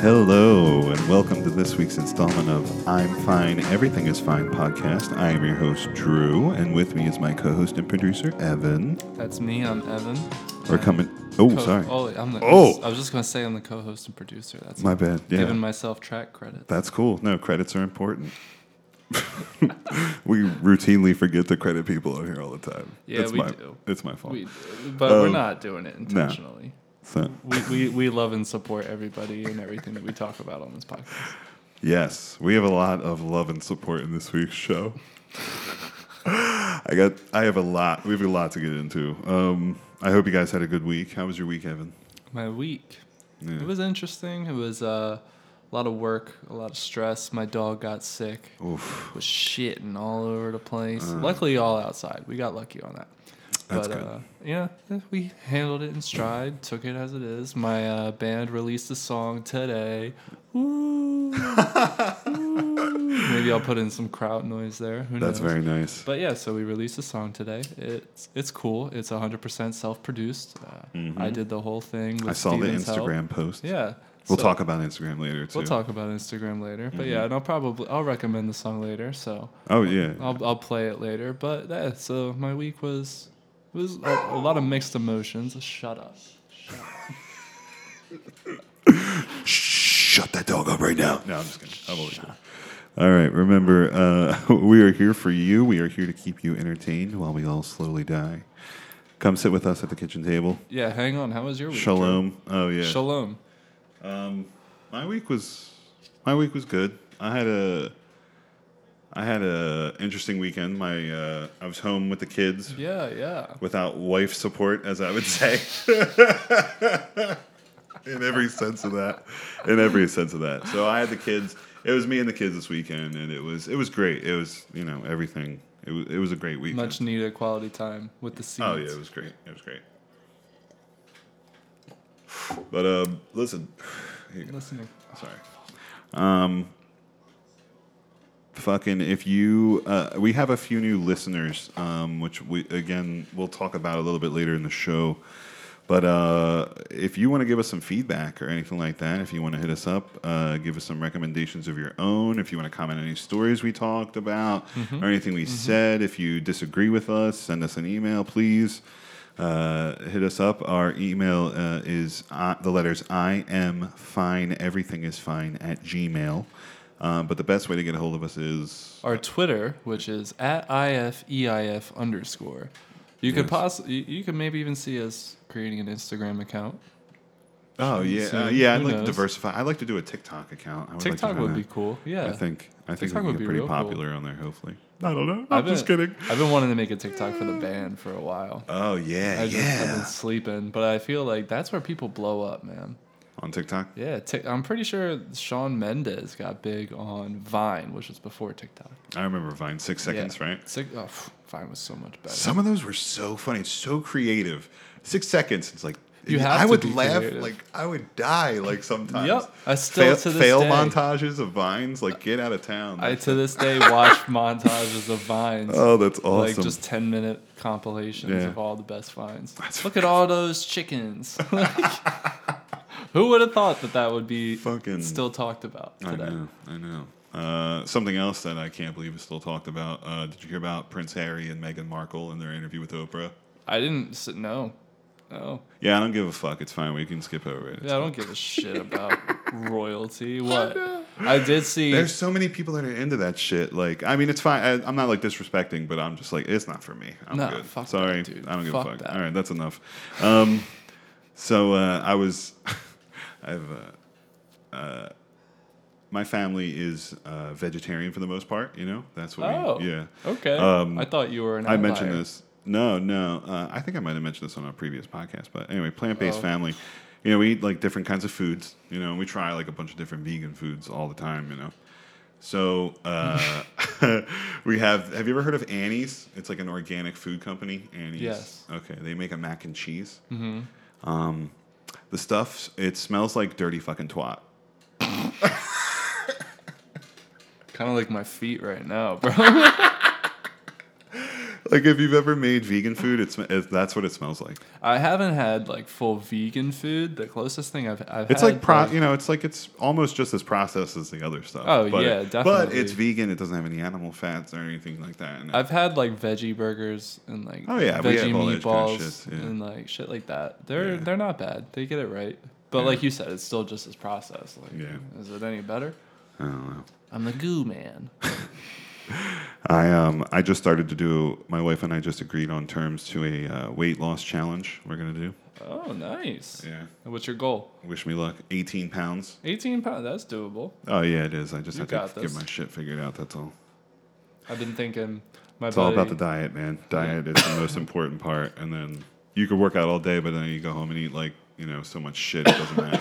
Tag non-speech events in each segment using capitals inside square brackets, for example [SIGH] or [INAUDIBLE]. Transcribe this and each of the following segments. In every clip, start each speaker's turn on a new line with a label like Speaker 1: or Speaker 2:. Speaker 1: Hello, and welcome to this week's installment of I'm Fine, Everything is Fine podcast. I am your host, Drew, and with me is my co host and producer, Evan.
Speaker 2: That's me. I'm Evan.
Speaker 1: We're
Speaker 2: I'm
Speaker 1: coming. Oh,
Speaker 2: co-
Speaker 1: sorry.
Speaker 2: Oh, I'm the,
Speaker 1: Oh!
Speaker 2: I was just gonna say I'm the co-host and producer. That's
Speaker 1: My bad. Yeah.
Speaker 2: giving myself track credit.
Speaker 1: That's cool. No, credits are important. [LAUGHS] we routinely forget to credit people on here all the time.
Speaker 2: Yeah,
Speaker 1: it's
Speaker 2: we
Speaker 1: my,
Speaker 2: do.
Speaker 1: It's my fault.
Speaker 2: we, but we're
Speaker 1: Um,
Speaker 2: not doing it intentionally.
Speaker 1: So-
Speaker 2: We, we we love and support everybody and everything that we talk about on this podcast.
Speaker 1: Yes, we have a lot of love and support in this week's show. I got, I have a lot. We have a lot to get into. Um, I hope you guys had a good week. How was your week, Evan?
Speaker 2: My week.
Speaker 1: Yeah.
Speaker 2: It was interesting. It was uh, a lot of work, a lot of stress. My dog got sick.
Speaker 1: Oof.
Speaker 2: Was shitting all over the place. Luckily, all outside. We got lucky on that.
Speaker 1: Uh. That's
Speaker 2: but
Speaker 1: good.
Speaker 2: Uh, yeah, yeah, we handled it in stride. Took it as it is. My uh, band released a song today. Woo. Woo. Maybe I'll put in some crowd noise there. Who
Speaker 1: That's
Speaker 2: knows?
Speaker 1: very nice.
Speaker 2: But yeah, so we released a song today. It's it's cool. It's 100% self-produced. Uh, I did the whole thing. With
Speaker 1: Mm-hmm. I saw the
Speaker 2: Steven's help.
Speaker 1: Instagram post.
Speaker 2: Yeah.
Speaker 1: We'll
Speaker 2: so-
Speaker 1: talk Mm-hmm. about Instagram later too.
Speaker 2: We'll talk about Instagram later, but yeah, and I'll probably I'll recommend the song later, so
Speaker 1: Oh yeah.
Speaker 2: I'll I'll play it later. But yeah, so my week was was a, a lot of mixed emotions. Shut up.
Speaker 1: Shut that dog up right
Speaker 2: [LAUGHS]
Speaker 1: now. No, I'm just kidding. I'm only kidding. All right, remember, uh, [LAUGHS] we are here for you. We are here to keep you entertained while we all slowly die. Come sit with us at the kitchen table.
Speaker 2: Yeah, hang on. How was your week? Drew?
Speaker 1: Shalom. Oh yeah.
Speaker 2: Shalom.
Speaker 1: my week was my week was good. I had a I had a interesting weekend. My uh, I was home with the kids
Speaker 2: Yeah, yeah.
Speaker 1: without wife support, as I would
Speaker 2: [LAUGHS]
Speaker 1: say. in every sense of that, in every sense of that. So I had the kids. It was me and the kids this weekend, and it was it was great. It was you know everything. It was it was a great weekend.
Speaker 2: Much needed quality time with the scenes.
Speaker 1: Oh yeah, it was great. It was great. But um, listen, here you go.
Speaker 2: Listening.
Speaker 1: Sorry. Um, fucking, if you, uh, we have a few new listeners, um, which we, again, we'll talk about a little bit later in the show. But uh, if you want to give us some feedback or anything like that, if you want to hit us up, uh, give us some recommendations of your own, if you want to comment on any stories we talked about
Speaker 2: Mm-hmm.
Speaker 1: or anything we said, if you disagree with us, send us an email, please. Uh, hit us up. Our email uh, is uh, the letters I am fine, everything is fine at Gmail. Um, but the best way to get a hold of us is
Speaker 2: Our Twitter, which is at ifeif underscore. You could possibly you, you could maybe even see us creating an Instagram account.
Speaker 1: oh yeah
Speaker 2: So,
Speaker 1: uh, yeah. I'd
Speaker 2: who
Speaker 1: like to
Speaker 2: knows?
Speaker 1: diversify. I'd like to do a TikTok account. I would like to
Speaker 2: TikTok
Speaker 1: do
Speaker 2: would
Speaker 1: that.
Speaker 2: be cool. Yeah.
Speaker 1: I think I think
Speaker 2: TikTok
Speaker 1: we
Speaker 2: would
Speaker 1: can
Speaker 2: be
Speaker 1: get pretty
Speaker 2: real cool.
Speaker 1: popular on there. Hopefully. I don't know. I'm
Speaker 2: been,
Speaker 1: just kidding.
Speaker 2: I've been wanting to make a TikTok for the band for a while.
Speaker 1: Oh yeah,
Speaker 2: I just have
Speaker 1: yeah.
Speaker 2: been sleeping, but I feel like that's where people blow up, man.
Speaker 1: On TikTok.
Speaker 2: Yeah, Tik I'm pretty sure Sean Mendez got big on Vine, which was before TikTok.
Speaker 1: I remember Vine six seconds,
Speaker 2: yeah.
Speaker 1: right?
Speaker 2: Six, oh, phew, Vine was so much better.
Speaker 1: Some of those were so funny, so creative. Six seconds. It's like
Speaker 2: You have
Speaker 1: I
Speaker 2: to
Speaker 1: would
Speaker 2: be
Speaker 1: laugh
Speaker 2: creative.
Speaker 1: like I would die like sometimes.
Speaker 2: Yep, I still
Speaker 1: fail,
Speaker 2: to this
Speaker 1: fail
Speaker 2: day-
Speaker 1: montages of vines like get out of town.
Speaker 2: I to this
Speaker 1: [LAUGHS]
Speaker 2: day watch montages of vines.
Speaker 1: oh, that's awesome.
Speaker 2: Like just ten minute compilations
Speaker 1: Yeah.
Speaker 2: of all the best finds. Look at all those
Speaker 1: [LAUGHS]
Speaker 2: chickens. who would have thought that that would be
Speaker 1: Fucking-
Speaker 2: still talked about
Speaker 1: I
Speaker 2: today?
Speaker 1: know. I know. Uh, something else that I can't believe is still talked about. Uh, did you hear about Prince Harry and Meghan Markle and their interview with Oprah?
Speaker 2: I didn't. s- No, no.
Speaker 1: Yeah, I don't give a fuck. It's fine. We can skip over it.
Speaker 2: Yeah, I don't give a shit about
Speaker 1: [LAUGHS]
Speaker 2: royalty. What? I did see.
Speaker 1: There's so many people that are into that shit. Like, I mean, it's fine. I, I'm not like disrespecting, but I'm just like, it's not for me. I'm
Speaker 2: No,
Speaker 1: good.
Speaker 2: fuck
Speaker 1: Sorry,
Speaker 2: that, dude.
Speaker 1: I don't give a
Speaker 2: Fuck
Speaker 1: fuck.
Speaker 2: that.
Speaker 1: All right, that's enough. Um, so uh, I was, [LAUGHS] I've, uh, uh, my family is uh, vegetarian for the most part. You know, that's what.
Speaker 2: oh,
Speaker 1: we, yeah.
Speaker 2: Okay.
Speaker 1: Um,
Speaker 2: I thought you were an.
Speaker 1: I mentioned
Speaker 2: outlier.
Speaker 1: this. No, no. Uh, I think I might have mentioned this on our previous podcast, but anyway, plant-based
Speaker 2: Oh.
Speaker 1: family. You know, we eat like different kinds of foods. You know, and we try like a bunch of different vegan foods all the time. You know, so uh, [LAUGHS] we have. Have you ever heard of Annie's? It's like an organic food company. Annie's.
Speaker 2: Yes.
Speaker 1: Okay, they make a mac and cheese. Mm-hmm. Um, the stuff it smells like dirty fucking twat.
Speaker 2: [LAUGHS] Kind of like my feet right now, bro.
Speaker 1: Like if you've ever made vegan food, it's it, that's what it smells like.
Speaker 2: I haven't had like full vegan food. The closest thing I've, I've
Speaker 1: It's
Speaker 2: had,
Speaker 1: like pro, you know, it's like it's almost just as processed as the other stuff.
Speaker 2: Oh,
Speaker 1: but,
Speaker 2: yeah,
Speaker 1: But
Speaker 2: definitely.
Speaker 1: it's vegan. It doesn't have any animal fats or anything like that. in it.
Speaker 2: I've had like veggie burgers and like
Speaker 1: Oh, yeah, we
Speaker 2: veggie
Speaker 1: have all those
Speaker 2: meatballs
Speaker 1: kind of shits, yeah.
Speaker 2: and like shit like that. They're
Speaker 1: Yeah.
Speaker 2: they're not bad. They get it right. But like you said, it's still just as processed. Like,
Speaker 1: Yeah.
Speaker 2: is it any better?
Speaker 1: I don't know.
Speaker 2: I'm the goo man.
Speaker 1: I um I just started to do. My wife and I just agreed on terms to a uh, weight loss challenge. We're gonna do.
Speaker 2: oh, nice.
Speaker 1: Yeah.
Speaker 2: What's your goal?
Speaker 1: Wish me luck. 18 pounds.
Speaker 2: 18 pounds. That's doable.
Speaker 1: Oh yeah, it is. I just
Speaker 2: You
Speaker 1: have
Speaker 2: got
Speaker 1: to
Speaker 2: this.
Speaker 1: get my shit figured out. That's all.
Speaker 2: I've been thinking. My
Speaker 1: It's all about
Speaker 2: buddy-
Speaker 1: the diet, man. Diet is
Speaker 2: [LAUGHS]
Speaker 1: the most important part. And then you could work out all day, but then you go home and eat like you know so much shit. It doesn't matter.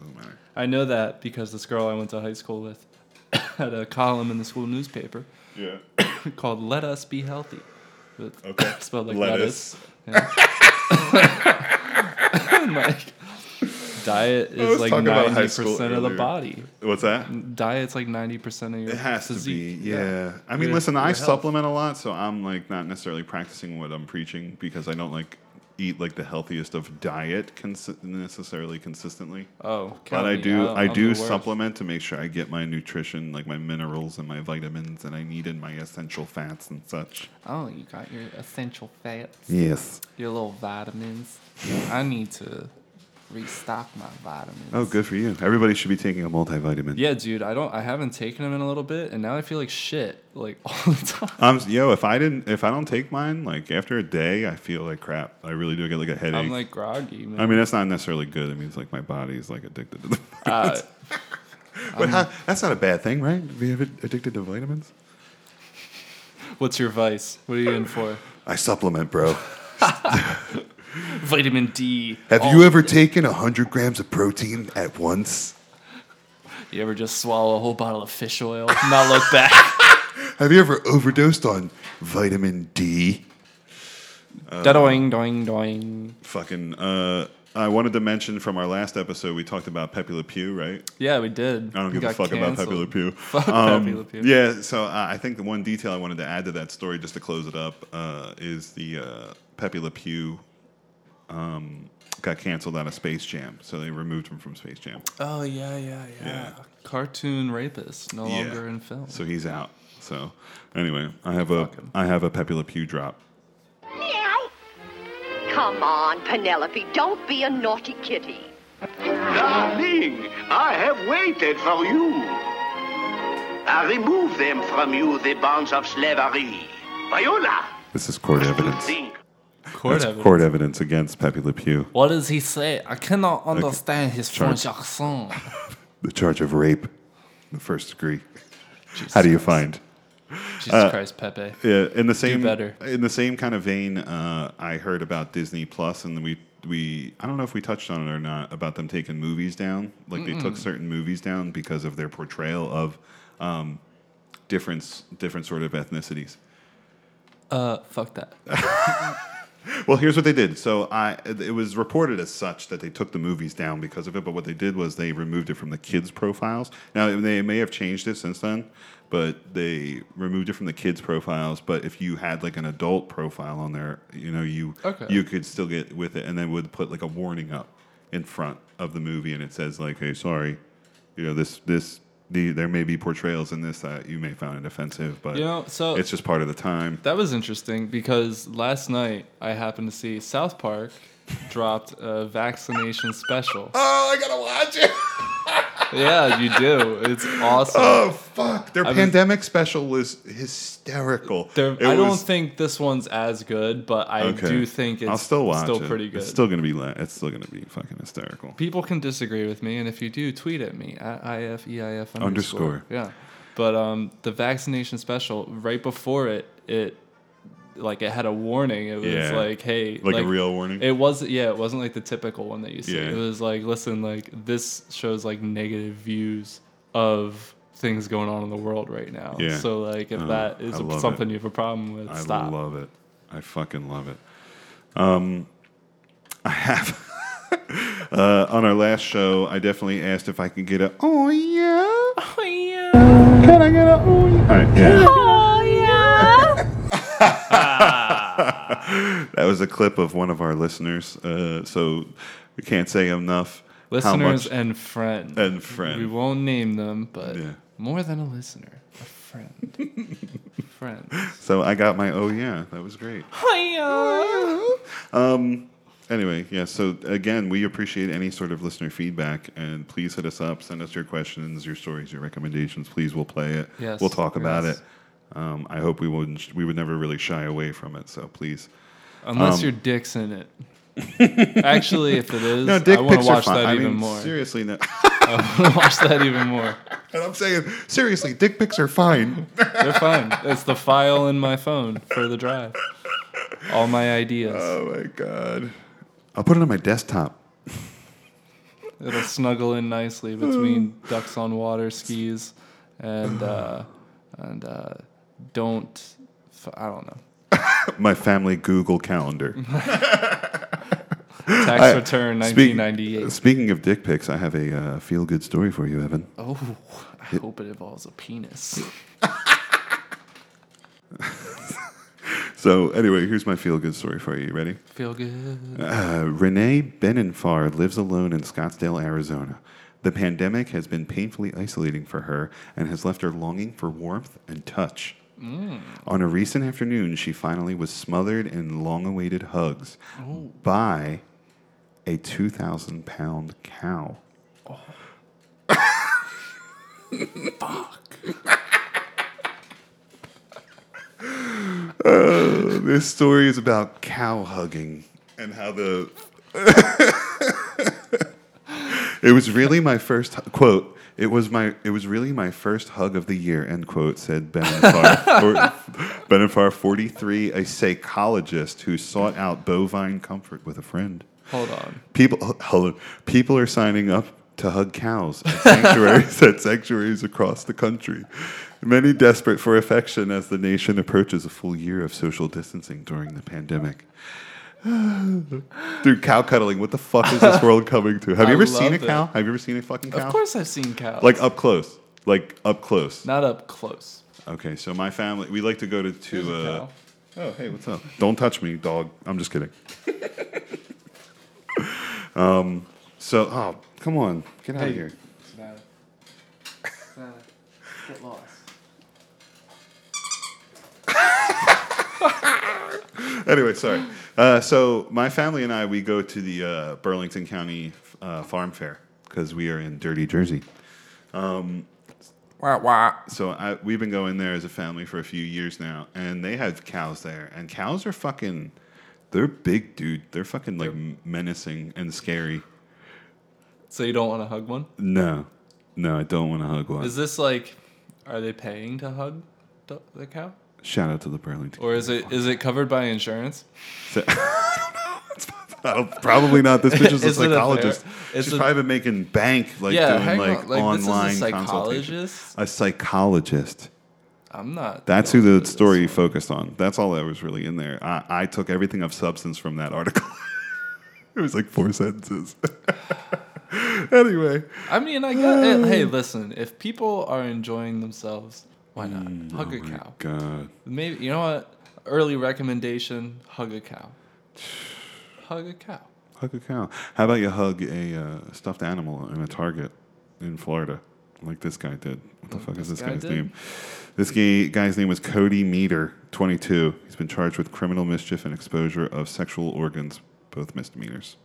Speaker 1: doesn't matter.
Speaker 2: I know that because this girl I went to high school with [COUGHS] had a column in the school newspaper [LAUGHS]
Speaker 1: Yeah.
Speaker 2: called "Let Us Be Healthy," with- [LAUGHS]
Speaker 1: Okay.
Speaker 2: spelled like lettuce.
Speaker 1: Lettuce.
Speaker 2: Yeah. And, [LAUGHS] like, diet
Speaker 1: was
Speaker 2: is like
Speaker 1: talking about high
Speaker 2: ninety
Speaker 1: school
Speaker 2: percent of the
Speaker 1: earlier.
Speaker 2: body.
Speaker 1: What's that?
Speaker 2: Diet's like ninety percent of your
Speaker 1: It has
Speaker 2: physique.
Speaker 1: to be, yeah. I mean,
Speaker 2: Your-
Speaker 1: listen, I
Speaker 2: your health.
Speaker 1: supplement a lot, so I'm like not necessarily practicing what I'm preaching because I don't like eat like the healthiest of diet consi- necessarily consistently.
Speaker 2: Oh,
Speaker 1: But
Speaker 2: count
Speaker 1: I
Speaker 2: me
Speaker 1: do,
Speaker 2: out.
Speaker 1: I
Speaker 2: I'm the
Speaker 1: do
Speaker 2: worst.
Speaker 1: supplement to make sure I get my nutrition, like my minerals and my vitamins, and I need in my essential fats and such.
Speaker 2: Oh, you got your essential fats,
Speaker 1: Yes.
Speaker 2: your little vitamins.
Speaker 1: [LAUGHS]
Speaker 2: I need to restock my vitamins.
Speaker 1: Oh, good for you. Everybody should be taking a multivitamin.
Speaker 2: Yeah, dude, I don't. I haven't taken them in a little bit, and now I feel like shit, like [LAUGHS] all the time.
Speaker 1: Um, yo, if I didn't, if I don't take mine, like after a day, I feel like crap. I really do get like a headache.
Speaker 2: I'm like groggy, man.
Speaker 1: I mean, that's not necessarily good. It means like my body's like addicted to the. [LAUGHS]
Speaker 2: Uh,
Speaker 1: But how, that's not a bad thing, right? Be add- addicted to vitamins.
Speaker 2: what's your vice? What are you in for?
Speaker 1: I supplement, bro.
Speaker 2: Vitamin D.
Speaker 3: Have
Speaker 1: Oh.
Speaker 3: you ever taken 100 grams of protein at once?
Speaker 2: You ever just swallow a whole bottle of fish oil, not look
Speaker 1: [LAUGHS]
Speaker 2: back?
Speaker 3: Have you ever overdosed on vitamin D?
Speaker 1: Uh,
Speaker 2: doing, doing, doing.
Speaker 1: Fucking. Uh, I wanted to mention from our last episode, we talked about Pepe Le Pew, right?
Speaker 2: Yeah, we did.
Speaker 1: I don't
Speaker 2: We
Speaker 1: give a
Speaker 2: got
Speaker 1: fuck about Pepe Le
Speaker 2: canceled.
Speaker 1: Pew. Um,
Speaker 2: Fuck Pepe Le Pew.
Speaker 1: Yeah, so uh, I think the one detail I wanted to add to that story, just to close it up, uh, is the uh, Pepe Le Pew um, got canceled out of Space Jam, so they removed him from Space Jam.
Speaker 2: Oh yeah, yeah, yeah.
Speaker 1: Yeah.
Speaker 2: Cartoon rapist, no
Speaker 1: Yeah.
Speaker 2: longer in film.
Speaker 1: So he's out. So anyway, I have a
Speaker 2: Fuck him.
Speaker 1: I have a Pepe Le Pew drop.
Speaker 4: Meow. Come on, Penelope, don't be a naughty kitty.
Speaker 5: Darling, I have waited for you. I remove them from you, the bonds of slavery. Viola!
Speaker 1: This is court evidence.
Speaker 5: Think.
Speaker 2: court
Speaker 1: That's
Speaker 2: evidence.
Speaker 1: court evidence against Pepe Le Pew.
Speaker 2: What does he say? I cannot understand his French accent.
Speaker 1: [LAUGHS] The charge of rape, the first degree. How do you find?
Speaker 2: Jesus
Speaker 1: Uh,
Speaker 2: Christ, Pepe.
Speaker 1: Yeah, in the same
Speaker 2: better.
Speaker 1: in the same kind of vein, uh, I heard about Disney Plus, and we we I don't know if we touched on it or not about them taking movies down. Like they took certain movies down because of their portrayal of um, different different sort of ethnicities.
Speaker 2: Uh, fuck that.
Speaker 1: Well, here's what they did. So I, it was reported as such that they took the movies down because of it. But what they did was they removed it from the kids' profiles. Now they may have changed it since then, but they removed it from the kids' profiles. But if you had like an adult profile on there, you know, you
Speaker 2: Okay.
Speaker 1: you could still get with it, and then would put like a warning up in front of the movie, and it says like, "Hey, sorry, you know this this." The, there may be portrayals in this that you may find offensive, but
Speaker 2: You know, so-
Speaker 1: it's just part of the time.
Speaker 2: That was interesting because last night I happened to see South Park dropped a vaccination special.
Speaker 1: Oh, I gotta watch it. [LAUGHS]
Speaker 2: Yeah, you do. It's awesome.
Speaker 1: Oh fuck! Their
Speaker 2: mean-
Speaker 1: pandemic special was hysterical.
Speaker 2: There-
Speaker 1: It
Speaker 2: I don't
Speaker 1: was-
Speaker 2: think this one's as good, but I
Speaker 1: Okay.
Speaker 2: do think it's
Speaker 1: I'll still watch it.
Speaker 2: pretty good.
Speaker 1: It's still gonna be. la- It's still gonna be fucking hysterical.
Speaker 2: People can disagree with me, and if you do, tweet at me at ifeif underscore.
Speaker 1: Underscore.
Speaker 2: Yeah, but um, the vaccination special right before it, it like it had a warning. It was
Speaker 1: Yeah.
Speaker 2: like, hey,
Speaker 1: Like a real warning?
Speaker 2: It was yeah, it wasn't like the typical one that you see.
Speaker 1: Yeah.
Speaker 2: It was like, listen, like this shows like negative views of things going on in the world right now.
Speaker 1: Yeah.
Speaker 2: So like, if
Speaker 1: Oh,
Speaker 2: that is
Speaker 1: I love
Speaker 2: something
Speaker 1: it.
Speaker 2: you have a problem with,
Speaker 1: I
Speaker 2: stop.
Speaker 1: love it. I fucking love it. Um, I have [LAUGHS] uh, on our last show. I definitely asked if I could get a. Oh yeah.
Speaker 2: oh yeah.
Speaker 1: [LAUGHS] Can I get a? Oh yeah. All right, yeah.
Speaker 4: Oh, yeah.
Speaker 2: Ah.
Speaker 1: that was a clip of one of our listeners. Uh, so we can't say enough. how
Speaker 2: Listeners
Speaker 1: much-
Speaker 2: and friend.
Speaker 1: and friend.
Speaker 2: We won't name them, but
Speaker 1: Yeah.
Speaker 2: more than a listener, a friend.
Speaker 1: [LAUGHS]
Speaker 2: friend.
Speaker 1: so I got my oh yeah, that was great. Um, Anyway, yeah. So again, we appreciate any sort of listener feedback, and please hit us up. Send us your questions, your stories, your recommendations. Please, we'll play it.
Speaker 2: Yes,
Speaker 1: we'll talk about
Speaker 2: yes.
Speaker 1: it. Um, I hope we wouldn't. We would never really shy away from it. So please,
Speaker 2: Unless
Speaker 1: Um,
Speaker 2: your dick's in it. Actually, if it is,
Speaker 1: no dick
Speaker 2: I want
Speaker 1: pics
Speaker 2: to
Speaker 1: are
Speaker 2: watch
Speaker 1: fine.
Speaker 2: that
Speaker 1: I
Speaker 2: even
Speaker 1: mean,
Speaker 2: more.
Speaker 1: Seriously, no. [LAUGHS]
Speaker 2: [LAUGHS] I want to watch that even more.
Speaker 1: and I'm saying seriously, dick pics are
Speaker 2: [LAUGHS]
Speaker 1: fine.
Speaker 2: They're fine. It's the file in my phone for the drive. All my ideas.
Speaker 1: oh my god, I'll put it on my desktop.
Speaker 2: It'll snuggle in nicely between ducks on water skis and uh, and uh, don't. f- I don't know.
Speaker 1: My family Google Calendar. [LAUGHS]
Speaker 2: Tax
Speaker 1: I-
Speaker 2: return
Speaker 1: speak-
Speaker 2: 1998.
Speaker 1: Speaking of dick pics, I have a uh, feel good story for you, Evan.
Speaker 2: Oh, I hope it involves a penis.
Speaker 1: So anyway, here's my feel good story for you. You ready?
Speaker 2: Feel good.
Speaker 1: Uh, Renee Beninfar lives alone in Scottsdale, Arizona. The pandemic has been painfully isolating for her and has left her longing for warmth and touch. On a recent afternoon, she finally was smothered in long awaited hugs by a 2,000 pound cow. [LAUGHS] Uh, this story is about cow hugging and how the. it was really my first hu- quote. It was my. It was really my first hug of the year. End quote. Said Benifar. Benifar, forty three, a psychologist who sought out bovine comfort with a friend.
Speaker 2: Hold on.
Speaker 1: People, h- hello, people are signing up to hug cows at [LAUGHS] sanctuaries, at sanctuaries across the country. Many desperate for affection as the nation approaches a full year of social distancing during the pandemic. [SIGHS] Dude, cow cuddling. What the fuck is this world coming to? Have
Speaker 2: [LAUGHS] I
Speaker 1: you ever seen a
Speaker 2: love it.
Speaker 1: cow? Have you ever seen a fucking cow?
Speaker 2: Of course, I've seen cows.
Speaker 1: Like uh, up close. Like up close.
Speaker 2: not up close.
Speaker 1: Okay, so my family, we like to go to. to
Speaker 2: There's a
Speaker 1: uh,
Speaker 2: cow.
Speaker 1: oh, hey, what's up? Don't touch me, dog. I'm just kidding. um, so, oh, come on, get out of here.
Speaker 2: Get lost.
Speaker 1: Anyway, sorry. Uh, so, my family and I, we go to the uh, Burlington County uh, Farm Fair because we are in Dirty Jersey.
Speaker 2: Wah, wah.
Speaker 1: so I, we've been going there as a family for a few years now, and they have cows there, and cows are fucking, they're big, dude. They're fucking like menacing and scary.
Speaker 2: So you don't want to hug one?
Speaker 1: No, no, I don't want to hug one.
Speaker 2: Is this like, are they paying to hug the, the cow,
Speaker 1: Shout out to the Burlington.
Speaker 2: or is it is it covered by insurance?
Speaker 1: I don't- probably not. This bitch is a
Speaker 2: [LAUGHS] Is it a fair-
Speaker 1: psychologist.
Speaker 2: it's
Speaker 1: She's
Speaker 2: a-
Speaker 1: probably been making bank, like
Speaker 2: Yeah,
Speaker 1: doing
Speaker 2: hang
Speaker 1: like,
Speaker 2: on, like, this is a
Speaker 1: online
Speaker 2: psychologist?
Speaker 1: consultations. A psychologist.
Speaker 2: I'm not.
Speaker 1: That's
Speaker 2: going
Speaker 1: who
Speaker 2: for
Speaker 1: the
Speaker 2: this
Speaker 1: story
Speaker 2: one.
Speaker 1: focused on. That's all that was really in there. I, I took everything of substance from that article. [LAUGHS] it was like four sentences. [LAUGHS] anyway,
Speaker 2: I mean, I got it. Hey, listen, if people are enjoying themselves, why not
Speaker 1: Hmm.
Speaker 2: hug a cow?
Speaker 1: God,
Speaker 2: Maybe you know what? Early recommendation: hug
Speaker 1: [SIGHS]
Speaker 2: a cow. Hug a cow.
Speaker 1: hug a cow. How about you hug a uh, stuffed animal in a Target in Florida, like this guy did? What the fuck is this
Speaker 2: Mm, guy
Speaker 1: guy's
Speaker 2: did?
Speaker 1: name? This guy, guy's name was Cody Meter, 22. He's been charged with criminal mischief and exposure of sexual organs, both misdemeanors,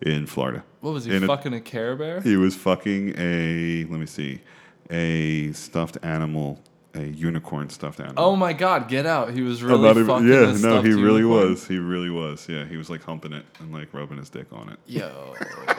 Speaker 1: in Florida.
Speaker 2: What was he
Speaker 1: In a-
Speaker 2: fucking a, Care Bear?
Speaker 1: He was fucking a let me see, a stuffed animal, a unicorn stuffed animal.
Speaker 2: Oh my God! Get out! He was
Speaker 1: I'm
Speaker 2: really
Speaker 1: not even-
Speaker 2: fucking.
Speaker 1: yeah,
Speaker 2: a
Speaker 1: no,
Speaker 2: stuffed
Speaker 1: he really
Speaker 2: unicorn.
Speaker 1: was. He really was. Yeah, he was like humping it and like rubbing his dick on it.
Speaker 2: Yo. [LAUGHS]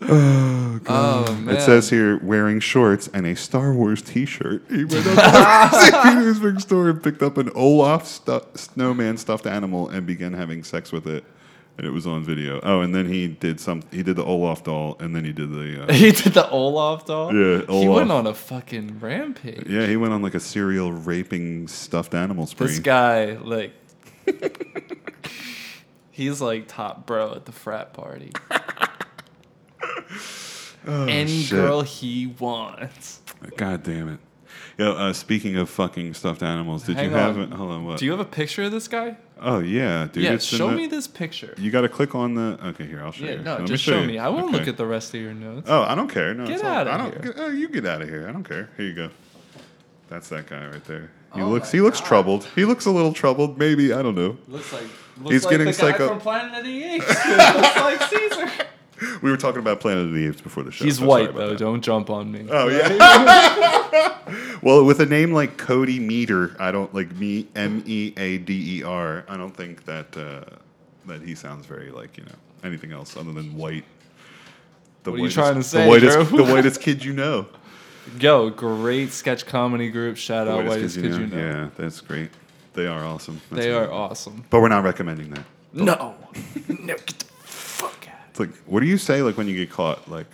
Speaker 2: oh, man.
Speaker 1: It says here wearing shorts and a Star Wars T-shirt. He
Speaker 2: [LAUGHS]
Speaker 1: went up to the St. Petersburg store and picked up an Olaf stu- snowman stuffed animal and began having sex with it. And it was on video. Oh, and then he did some. He did the Olaf doll, and then he did the.
Speaker 2: [LAUGHS]
Speaker 1: Uh,
Speaker 2: He did the Olaf doll.
Speaker 1: Yeah,
Speaker 2: He
Speaker 1: Olaf.
Speaker 2: went on a fucking rampage.
Speaker 1: yeah, he went on like a serial raping stuffed animal spree.
Speaker 2: This guy, like, [LAUGHS] he's like top bro at the
Speaker 1: [LAUGHS]
Speaker 2: frat party. Any
Speaker 1: shit. Oh,
Speaker 2: girl he wants.
Speaker 1: God damn it. Yo, uh, speaking of fucking stuffed animals, did
Speaker 2: Hang
Speaker 1: you have?
Speaker 2: on.
Speaker 1: Hold on, what?
Speaker 2: Do you have a picture of this guy?
Speaker 1: oh yeah, dude.
Speaker 2: yeah,
Speaker 1: it's in
Speaker 2: show
Speaker 1: the-
Speaker 2: me this picture.
Speaker 1: You got to click on the. Okay, here I'll show
Speaker 2: Yeah,
Speaker 1: you.
Speaker 2: no,
Speaker 1: Let
Speaker 2: just
Speaker 1: show
Speaker 2: show
Speaker 1: you.
Speaker 2: me. I won't
Speaker 1: Okay.
Speaker 2: look at the rest of your notes.
Speaker 1: Oh, I don't care. No,
Speaker 2: Get
Speaker 1: it's
Speaker 2: out
Speaker 1: all,
Speaker 2: of
Speaker 1: I don't,
Speaker 2: here.
Speaker 1: get- Oh, you get out of here. I don't care. Here you go. That's that guy right there. He
Speaker 2: Oh
Speaker 1: looks. He looks troubled. He looks a little troubled. Maybe I don't know.
Speaker 2: Looks like looks
Speaker 1: He's
Speaker 2: like
Speaker 1: getting
Speaker 2: the
Speaker 1: psycho-
Speaker 2: guy from Planet of the Apes. [LAUGHS] It looks like Caesar.
Speaker 1: We were talking about Planet of the Apes before the show.
Speaker 2: He's
Speaker 1: so sorry
Speaker 2: white
Speaker 1: about
Speaker 2: though.
Speaker 1: that.
Speaker 2: Don't jump on me.
Speaker 1: Oh yeah. well, with a name like Cody Meter, I don't like me M E A D E R. I don't think that uh, that he sounds very like you know anything else other than white. The
Speaker 2: What are you trying to say,
Speaker 1: The whitest,
Speaker 2: Drew?
Speaker 1: the whitest kid you
Speaker 2: [LAUGHS]
Speaker 1: know.
Speaker 2: Yo, great sketch comedy group. Shout
Speaker 1: The
Speaker 2: out
Speaker 1: whitest
Speaker 2: White as
Speaker 1: kids
Speaker 2: Could You Know.
Speaker 1: Yeah, that's great. They are awesome. That's Oh.
Speaker 2: They
Speaker 1: great.
Speaker 2: are awesome.
Speaker 1: But we're not recommending that.
Speaker 2: No. no, get the fuck out.
Speaker 1: It's like, what do you say like when you get caught? Like,